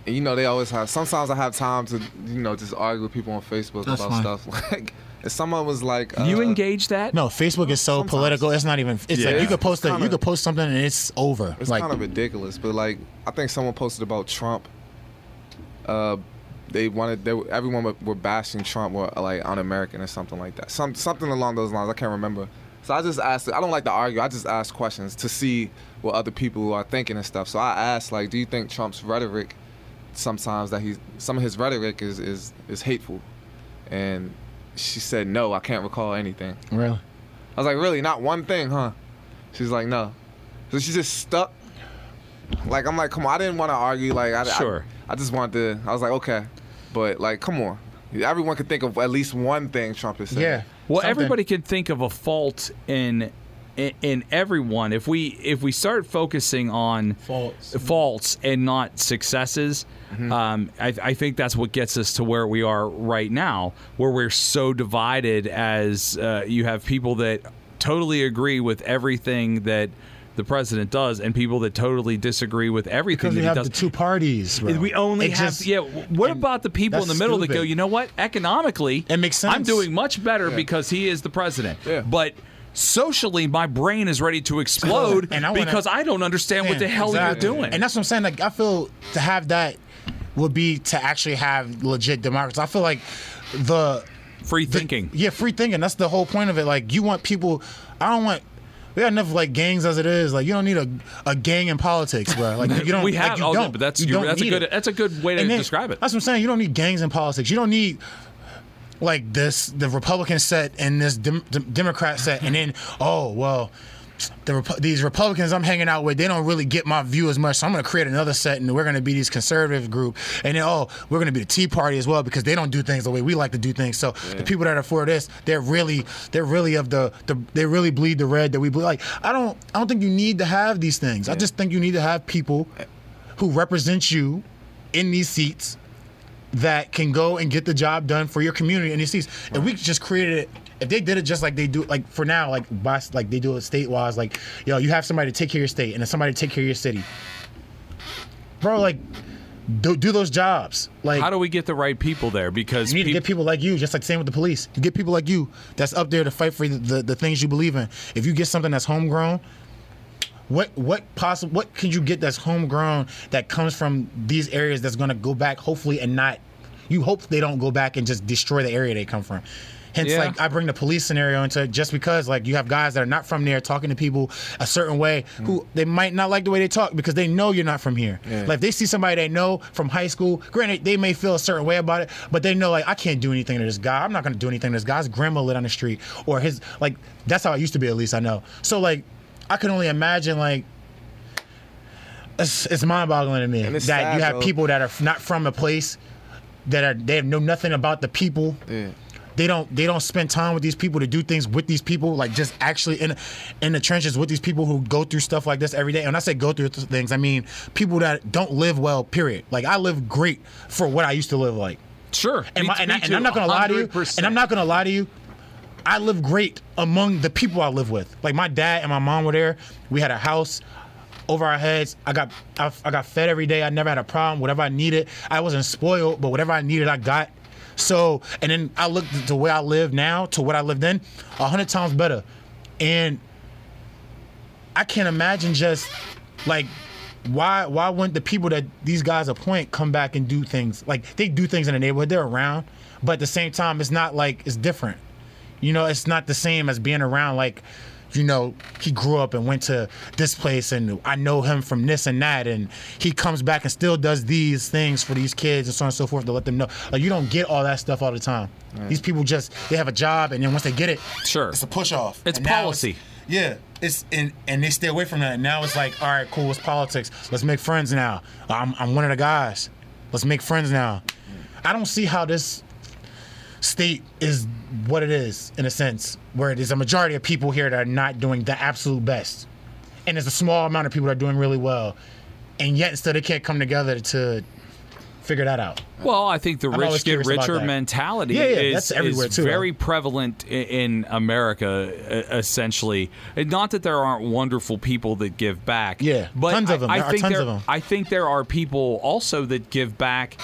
Speaker 2: and you know they always have. Sometimes I have time to you know just argue with people on Facebook
Speaker 8: That's
Speaker 2: about
Speaker 8: fine.
Speaker 2: stuff. Like, and someone was like, uh,
Speaker 3: you engage that?
Speaker 4: No, Facebook is so
Speaker 2: Sometimes.
Speaker 4: political. It's not even. It's
Speaker 3: Yeah.
Speaker 4: like you could post
Speaker 2: It's
Speaker 4: a, you
Speaker 2: kinda-
Speaker 4: could post something and it's over.
Speaker 2: It's
Speaker 4: like
Speaker 2: kind of ridiculous, but like I think someone posted about Trump. Uh, they wanted they were, everyone were, were bashing Trump were like un-American or something like that. Some something along those lines. I can't remember. So I just asked. I don't like to argue. I just ask questions to see what other people are thinking and stuff. So I asked like, do you think Trump's rhetoric sometimes that he's some of his rhetoric is is is hateful? And she said no. I can't recall anything.
Speaker 4: really.
Speaker 2: I was like, really, not one thing, huh? She's like, no. So she just stuck. Like I'm like, come on. I didn't want to argue. Like I, I-
Speaker 3: Sure.
Speaker 2: I, just wanted to. I was like, okay, but like, come on. Everyone could think of at least one thing Trump is saying.
Speaker 4: Yeah.
Speaker 3: Well,
Speaker 4: Something.
Speaker 3: everybody can think of a fault in in, in everyone. If we if we start focusing on
Speaker 8: Faults.
Speaker 3: faults and not successes,
Speaker 2: Mm-hmm.
Speaker 3: um, I, I think that's what gets us to where we are right now, where we're so divided. As uh, you have people that totally agree with everything that the president does, and people that totally disagree with everything
Speaker 4: Because we
Speaker 3: that he
Speaker 4: have
Speaker 3: does.
Speaker 4: the two parties. bro.
Speaker 3: We only
Speaker 4: It
Speaker 3: have
Speaker 4: just-
Speaker 3: yeah. What about the people in the
Speaker 4: that's
Speaker 3: middle that
Speaker 4: stupid.
Speaker 3: go? You know what? Economically,
Speaker 4: It makes
Speaker 3: I'm
Speaker 4: sense.
Speaker 3: doing much better because he is the president.
Speaker 2: Yeah.
Speaker 3: But socially, my brain is ready to explode
Speaker 4: And I wanna-
Speaker 3: because I don't understand what the
Speaker 4: Yeah,
Speaker 3: hell
Speaker 4: exactly.
Speaker 3: you're doing.
Speaker 4: And that's what I'm saying. Like I feel to have that would be to actually have legit democracy. I feel like the
Speaker 3: Free
Speaker 4: the-
Speaker 3: thinking.
Speaker 4: yeah, free thinking. That's the whole point of it. Like you want people. I don't want. We got enough like gangs as it is. Like you don't need a, a gang in politics, bro. Like you don't.
Speaker 3: we have
Speaker 4: Like, you
Speaker 3: oh,
Speaker 4: don't.
Speaker 3: yeah, but that's
Speaker 4: you
Speaker 3: you're-
Speaker 4: don't
Speaker 3: that's a
Speaker 4: need
Speaker 3: good
Speaker 4: it.
Speaker 3: that's a good way to
Speaker 4: And then-
Speaker 3: describe it.
Speaker 4: That's what I'm saying. You don't need gangs in politics. You don't need like this the Republican set and this dem- dem- Democrat set, and then oh well, the Repu- these Republicans I'm hanging out with they don't really get my view as much, so I'm going to create another set, and we're going to be these conservative group, and then oh we're going to be the Tea Party as well because they don't do things the way we like to do things. So the people that are for this, they're really they're really of the, the they really bleed the red that we bleed. Like I don't I don't think you need to have these things. I just think you need to have people who represent you in these seats that can go and get the job done for your community and it sees if we just created it if they did it just like they do like for now like by, like they do it state wise like yo you have somebody to take care of your state and then somebody to take care of your city bro like do, do those jobs like
Speaker 3: How do we get the right people there? Because
Speaker 4: you need to get
Speaker 3: peop-
Speaker 4: people like you, just like same with the police. You get people like you that's up there to fight for the, the, the things you believe in. If you get something that's homegrown, what what possible what can you get that's homegrown that comes from these areas that's gonna go back hopefully and not you hope they don't go back and just destroy the area they come from. Hence,
Speaker 3: Yeah.
Speaker 4: like I bring the police scenario into it just because like you have guys that are not from there talking to people a certain way who
Speaker 2: Mm.
Speaker 4: they might not like the way they talk because they know you're not from here. Like if they see somebody they know from high school, granted they may feel a certain way about it, but they know like I can't do anything to this guy. I'm not gonna do anything to this guy. His grandma lit on the street or his like that's how it used to be at least I know. So like I can only imagine like it's, it's mind boggling to me that
Speaker 2: it's
Speaker 4: you
Speaker 2: sad,
Speaker 4: have
Speaker 2: though.
Speaker 4: people that are not from a place that are they know nothing about the people
Speaker 2: Yeah.
Speaker 4: they don't they don't spend time with these people to do things with these people like just actually in in the trenches with these people who go through stuff like this every day and when i say go through th- things i mean people that don't live well period like i live great for what i used to live like
Speaker 3: sure,
Speaker 4: and,
Speaker 3: me-
Speaker 4: my, and,
Speaker 3: me
Speaker 4: I,
Speaker 3: too,
Speaker 4: am not gonna lie to you.
Speaker 3: 100%.
Speaker 4: And I'm not gonna lie to you. I live great among the people I live with. Like my dad and my mom were there. We had a house over our heads. I got I, I got fed every day. I never had a problem. Whatever I needed, I wasn't spoiled, but whatever I needed, I got. So and then I looked at the way I live now to what I lived then, a hundred times better. And I can't imagine just like why why wouldn't the people that these guys appoint come back and do things like they do things in the neighborhood they're around but at the same time it's not like it's different you know it's not the same as being around like you know he grew up and went to this place and i know him from this and that and he comes back and still does these things for these kids and so on and so forth to let them know like you don't get all that stuff all the time these people just they have a job and then once they get it
Speaker 3: sure.
Speaker 8: It's a push off.
Speaker 3: It's
Speaker 8: And now
Speaker 3: policy.
Speaker 8: It's,
Speaker 4: Yeah, it's and and they stay away from that. Now it's like, all right, cool, it's politics. Let's make friends now. I'm I'm one of the guys. Let's make friends now. I don't see how this state is what it is in a sense, where it is a majority of people here that are not doing the absolute best, and it's a small amount of people that are doing really well, and yet still they can't come together to figure that out.
Speaker 3: Well, I think the
Speaker 4: always
Speaker 3: rich get
Speaker 4: curious about
Speaker 3: richer
Speaker 4: that.
Speaker 3: mentality
Speaker 4: Yeah, yeah,
Speaker 3: is,
Speaker 4: that's everywhere
Speaker 3: is
Speaker 4: too, though.
Speaker 3: very prevalent i- in America, e- essentially. And not that there aren't wonderful people that give back.
Speaker 4: Yeah,
Speaker 3: but
Speaker 4: tons
Speaker 3: I,
Speaker 4: of 'em.
Speaker 3: I
Speaker 4: There are
Speaker 3: think
Speaker 4: tons
Speaker 3: there,
Speaker 4: of 'em.
Speaker 3: I think there are people also that give back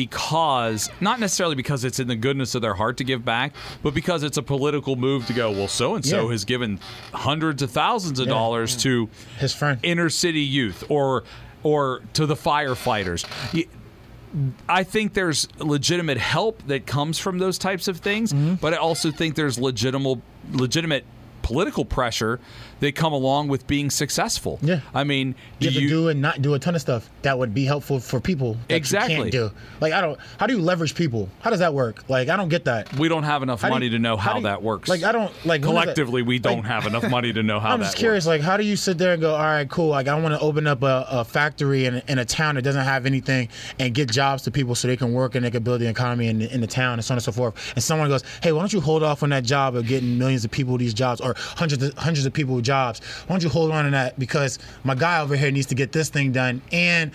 Speaker 3: because not necessarily because it's in the goodness of their heart to give back, but because it's a political move to go. Well, so and so
Speaker 4: Yeah.
Speaker 3: has given hundreds of thousands of dollars to
Speaker 4: His friend.
Speaker 3: inner city youth or or to the firefighters. Y- I think there's legitimate help that comes from those types of things,
Speaker 4: Mm-hmm.
Speaker 3: but I also think there's legitimate legitimate political pressure that come along with being successful.
Speaker 4: Yeah.
Speaker 3: I mean, do
Speaker 4: you have
Speaker 3: you
Speaker 4: to do and not do a ton of stuff that would be helpful for people that you
Speaker 3: Exactly.
Speaker 4: can't do. Like I don't how do you leverage people? How does that work? Like I don't get that.
Speaker 3: we don't have enough
Speaker 4: How do
Speaker 3: money
Speaker 4: you-
Speaker 3: to know how,
Speaker 4: do you-
Speaker 3: that works.
Speaker 4: Like I don't like when is that-
Speaker 3: collectively we don't have enough money to know how
Speaker 4: I'm
Speaker 3: that
Speaker 4: just curious, like, how do you sit there and go, all right, cool, like, I want to open up a, a factory in, in a town that doesn't have anything and get jobs to people so they can work and they can build the economy in, in the town and so on and so forth. And someone goes, hey, why don't you hold off on that job of getting millions of people these jobs or hundreds of, hundreds of people jobs? Why don't you hold on to that because my guy over here needs to get this thing done and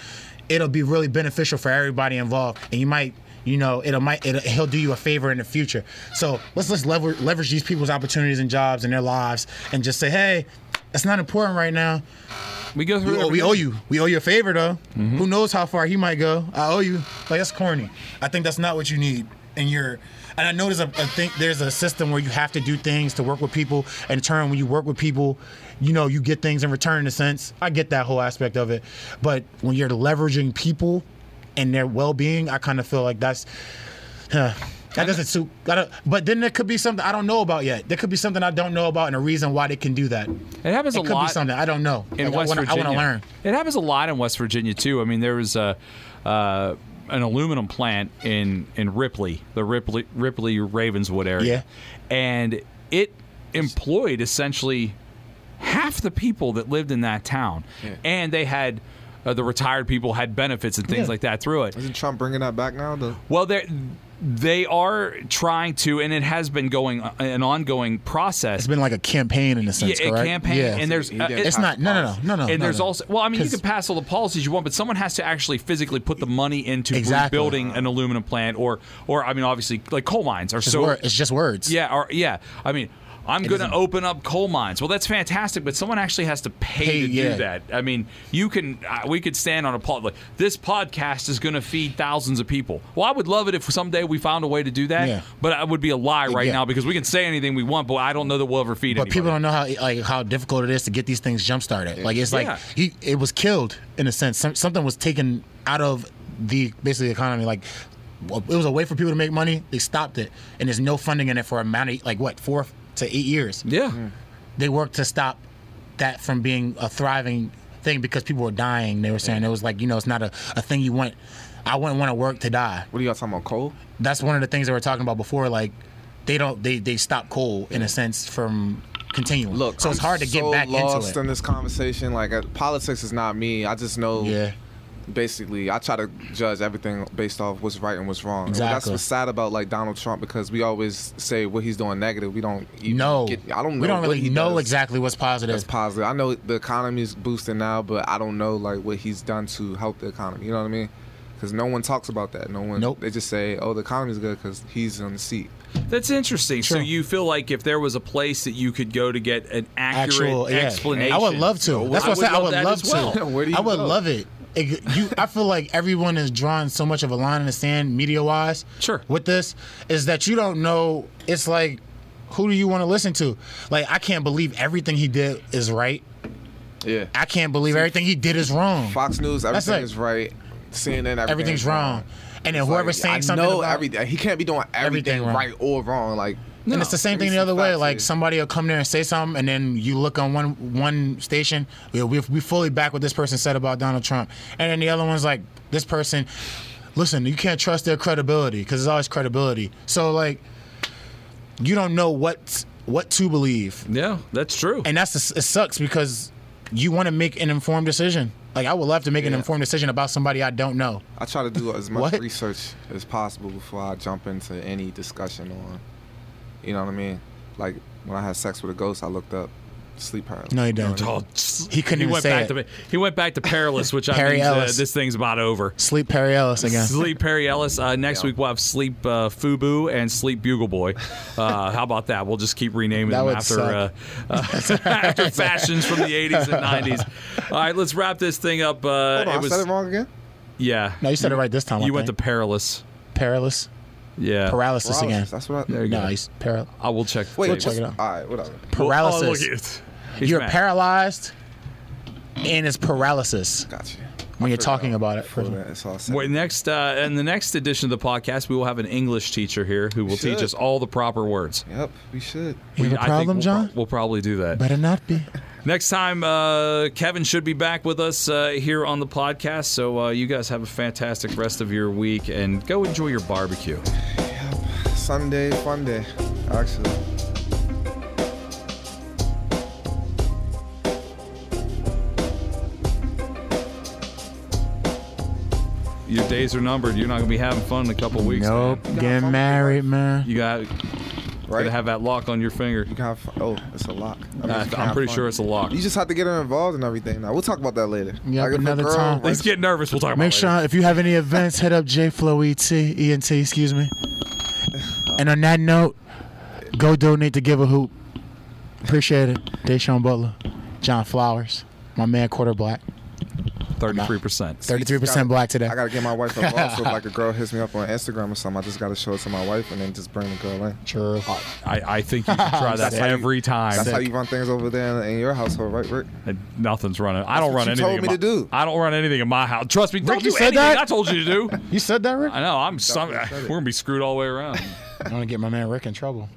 Speaker 4: it'll be really beneficial for everybody involved. And you might you know, it'll might it'll, he'll do you a favor in the future. So let's let's lever, leverage these people's opportunities and jobs and their lives, and just say, hey, it's not important right now.
Speaker 3: works. We go through
Speaker 4: We owe,
Speaker 3: every-
Speaker 4: we owe you. Mm-hmm. We owe you a favor though. Who knows how far he might go? I owe you. Like that's corny. I think that's not what you need. And you're. And I know there's a, I think there's a system where you have to do things to work with people, and in turn, when you work with people, you know you get things in return. In a sense, I get that whole aspect of it, but when you're leveraging people and their well-being, I kind of feel like that's Huh. That doesn't suit. I don't, but then there could be something I don't know about yet. There could be something I don't know about and a reason why they can do that.
Speaker 3: It happens a
Speaker 4: It could
Speaker 3: lot
Speaker 4: be something I don't know.
Speaker 3: in
Speaker 4: Like,
Speaker 3: West
Speaker 4: I wanna,
Speaker 3: Virginia.
Speaker 4: I want to learn.
Speaker 3: It happens a lot in West Virginia too. I mean, there was a uh, an aluminum plant in in Ripley, the Ripley Ripley Ravenswood area, and it employed essentially half the people that lived in that town, and they had. Uh, the retired people had benefits and things
Speaker 4: Yeah.
Speaker 3: like that through it.
Speaker 2: Isn't Trump bringing that back now? though?
Speaker 3: Well, they they are trying to, and it has been going uh, an ongoing process.
Speaker 4: It's been like a campaign in a sense,
Speaker 3: yeah,
Speaker 4: correct?
Speaker 3: a campaign,
Speaker 4: Yeah.
Speaker 3: and there's
Speaker 2: You
Speaker 3: uh,
Speaker 2: get
Speaker 3: it-
Speaker 4: it's not. No, no, no, no, no.
Speaker 3: and
Speaker 4: no,
Speaker 3: there's
Speaker 4: no.
Speaker 3: also well, I mean, you
Speaker 4: 'Cause-
Speaker 3: can pass all the policies you want, but someone has to actually physically put the money into
Speaker 4: Exactly.
Speaker 3: rebuilding an aluminum plant, or or I mean, obviously, like coal mines are
Speaker 4: it's,
Speaker 3: so
Speaker 4: wor- it's just words.
Speaker 3: yeah, or yeah. I mean, I'm going to
Speaker 4: doesn't-
Speaker 3: open up coal mines. Well, that's fantastic, but someone actually has to pay,
Speaker 4: Pay,
Speaker 3: to do
Speaker 4: yeah.
Speaker 3: that. I mean, you can uh, we could stand on a pod like this podcast is going to feed thousands of people. Well, I would love it if someday we found a way to do that,
Speaker 4: Yeah.
Speaker 3: but it would be a lie right
Speaker 4: Yeah.
Speaker 3: now because we can say anything we want, but I don't know that we'll ever feed
Speaker 4: But
Speaker 3: anybody.
Speaker 4: people don't know how like how difficult it is to get these things jump started. Like it's
Speaker 3: Yeah.
Speaker 4: like he it was killed in a sense. Some, something was taken out of the basically the economy. Like w- it was a way for people to make money. They stopped it, and there's no funding in it for a amount of like what four to eight years.
Speaker 3: yeah.
Speaker 4: they worked to stop that from being a thriving thing because people were dying. They were saying it was like, you know, it's not a, a thing you want. I wouldn't want to work to die.
Speaker 2: What are y'all talking about? Coal?
Speaker 4: That's one of the things that we are talking about before. Like, they don't, they, they stop coal in a sense from continuing.
Speaker 2: Look,
Speaker 4: so it's
Speaker 2: I'm
Speaker 4: hard to get
Speaker 2: so
Speaker 4: back
Speaker 2: lost
Speaker 4: into it.
Speaker 2: in this conversation. Like uh, politics is not me. I just know.
Speaker 4: yeah.
Speaker 2: Basically, I try to judge everything based off what's right and what's wrong. And That's
Speaker 4: Exactly.
Speaker 2: what's sad about like Donald Trump because we always say what he's doing negative. We don't. Even
Speaker 4: No,
Speaker 2: get- I don't. Know
Speaker 4: we don't
Speaker 2: what
Speaker 4: really
Speaker 2: he
Speaker 4: know
Speaker 2: does
Speaker 4: exactly what's positive.
Speaker 2: That's positive. I know the economy's boosting now, but I don't know like what he's done to help the economy. You know what I mean? Because no one talks about that. No one.
Speaker 4: Nope.
Speaker 2: They just say, "Oh, the economy's good because he's on the seat."
Speaker 3: That's interesting. So
Speaker 4: Sure.
Speaker 3: you feel like if there was a place that you could go to get an accurate
Speaker 4: yeah.
Speaker 3: explanation,
Speaker 4: I would love to. That's what I, said. I would
Speaker 3: that
Speaker 4: love,
Speaker 3: as well.
Speaker 4: to.
Speaker 2: Where do you
Speaker 4: I would
Speaker 2: go?
Speaker 4: love it. It- you, I feel like everyone is drawing so much of a line in the sand, media wise.
Speaker 3: Sure.
Speaker 4: With this, is that you don't know. It's like, who do you want to listen to? Like, I can't believe everything he did is right.
Speaker 2: Yeah.
Speaker 4: I can't believe everything he did is wrong.
Speaker 2: Fox News,
Speaker 4: That's
Speaker 2: everything
Speaker 4: like-
Speaker 2: is right. CNN, everything
Speaker 4: Everything's
Speaker 2: is
Speaker 4: wrong. And then
Speaker 2: It's
Speaker 4: whoever's
Speaker 2: like,
Speaker 4: saying
Speaker 2: I
Speaker 4: something
Speaker 2: know
Speaker 4: about
Speaker 2: everything. He can't be doing everything,
Speaker 4: Everything wrong.
Speaker 2: right or wrong. Like
Speaker 4: And it's the same
Speaker 2: Give me
Speaker 4: thing
Speaker 2: some
Speaker 4: the other way.
Speaker 2: facts
Speaker 4: Like
Speaker 2: here.
Speaker 4: somebody will come there and say something, and then you look on one one station, we we we fully back what this person said about Donald Trump, and then the other one's like, this person, listen, you can't trust their credibility because it's always credibility. So like, you don't know what what to believe.
Speaker 3: Yeah, that's true.
Speaker 4: And that's it sucks because you want to make an informed decision. Like I would love to make an
Speaker 2: Yeah.
Speaker 4: informed decision about somebody I don't know.
Speaker 2: I try to do as much
Speaker 4: What?
Speaker 2: research as possible before I jump into any discussion on, you know what I mean? Like when I had sex with a ghost, I looked up sleep paralysis.
Speaker 4: No, you
Speaker 2: you know
Speaker 4: don't.
Speaker 2: what I mean?
Speaker 3: Oh, s-
Speaker 4: He couldn't even
Speaker 3: went
Speaker 4: say
Speaker 3: back
Speaker 4: it.
Speaker 3: to he went back to Perilous, which I
Speaker 4: Perry
Speaker 3: means uh,
Speaker 4: Ellis.
Speaker 3: this thing's about over.
Speaker 4: Sleep Perry Ellis again.
Speaker 3: Sleep Perry Ellis. Uh, next
Speaker 2: Yeah.
Speaker 3: week we'll have Sleep uh, Fubu and Sleep Bugle Boy. Uh, how about that? We'll just keep renaming
Speaker 4: That
Speaker 3: them
Speaker 4: would
Speaker 3: after uh,
Speaker 4: suck.
Speaker 3: uh, after fashions from the 80s and 90s. All right, let's wrap this thing up. Uh,
Speaker 2: Hold on,
Speaker 3: it
Speaker 2: I
Speaker 3: was
Speaker 2: said it wrong again.
Speaker 3: yeah.
Speaker 4: No, you said it right this time.
Speaker 3: you
Speaker 4: I
Speaker 3: went to
Speaker 4: think.
Speaker 3: Perilous.
Speaker 4: perilous
Speaker 3: Yeah.
Speaker 4: paralysis again.
Speaker 2: Paralysis, That's what I.
Speaker 3: There you
Speaker 4: No,
Speaker 3: go.
Speaker 4: he's paral-
Speaker 3: I will check. the
Speaker 2: Wait,
Speaker 3: tape.
Speaker 4: check it out.
Speaker 2: All right, whatever.
Speaker 3: Oh, look
Speaker 4: paralysis.
Speaker 3: at it. He's
Speaker 4: you're
Speaker 3: mad.
Speaker 4: paralyzed, and it's paralysis
Speaker 2: Gotcha.
Speaker 4: when you're
Speaker 2: figured
Speaker 4: talking
Speaker 2: out.
Speaker 4: about it.
Speaker 2: Hold on, it's all set.
Speaker 3: Wait, next uh, in the next edition of the podcast, we will have an English teacher here who will teach
Speaker 2: Should.
Speaker 3: us all the proper words.
Speaker 2: Yep, we should.
Speaker 4: You have
Speaker 3: I
Speaker 4: a
Speaker 3: think
Speaker 4: problem,
Speaker 3: we'll
Speaker 4: John?
Speaker 3: prob- we'll probably do that.
Speaker 4: Better not be.
Speaker 3: Next time, uh, Kevin should be back with us uh, here on the podcast. So uh, you guys have a fantastic rest of your week and go enjoy your barbecue.
Speaker 2: Sunday, fun day, actually.
Speaker 3: Your days are numbered. You're not going to be having fun in a couple weeks. man.
Speaker 4: Nope. Get married, man.
Speaker 3: You got
Speaker 2: Right?
Speaker 3: to have that lock on your finger.
Speaker 2: you can have fun. Oh, it's a lock. I mean,
Speaker 3: Uh,
Speaker 2: you can
Speaker 3: I'm
Speaker 2: have
Speaker 3: pretty
Speaker 2: fun.
Speaker 3: sure it's a lock.
Speaker 2: You just have to get her involved and everything. Now we'll talk about that later.
Speaker 4: Yeah,
Speaker 2: if a
Speaker 4: another
Speaker 2: girl
Speaker 4: time.
Speaker 3: Let's
Speaker 2: writes-
Speaker 3: get nervous. We'll talk about
Speaker 4: Make
Speaker 3: it
Speaker 4: sure
Speaker 3: later.
Speaker 4: if you have any events, hit up E JFlow ET, ENT, excuse me. And on that note, go donate to Give a Hoop. Appreciate it. Deshaun Butler, John Flowers, my man quarter black.
Speaker 3: 33%.
Speaker 4: Thirty-three
Speaker 2: Gotta-
Speaker 4: percent black today.
Speaker 2: I gotta get my wife involved. so if like a girl hits me up on Instagram or something, I just gotta show it to my wife and then just bring the girl in.
Speaker 4: True.
Speaker 3: I, I think you should try that
Speaker 4: That's how you-
Speaker 3: every time.
Speaker 2: That's how you run things over there in, in your household, right, Rick?
Speaker 3: And nothing's running. I don't
Speaker 2: what
Speaker 3: run
Speaker 2: you
Speaker 3: anything.
Speaker 2: told
Speaker 3: in
Speaker 2: me
Speaker 3: my-
Speaker 2: to do.
Speaker 3: I don't run anything in my house. Trust me. Don't
Speaker 4: you
Speaker 3: do
Speaker 4: said
Speaker 3: anything
Speaker 4: that?
Speaker 3: I told you to do.
Speaker 4: You said that, Rick?
Speaker 3: I know. I'm. Some,
Speaker 2: what you said.
Speaker 3: we're gonna be screwed all the way around.
Speaker 4: I'm gonna get my man Rick in trouble.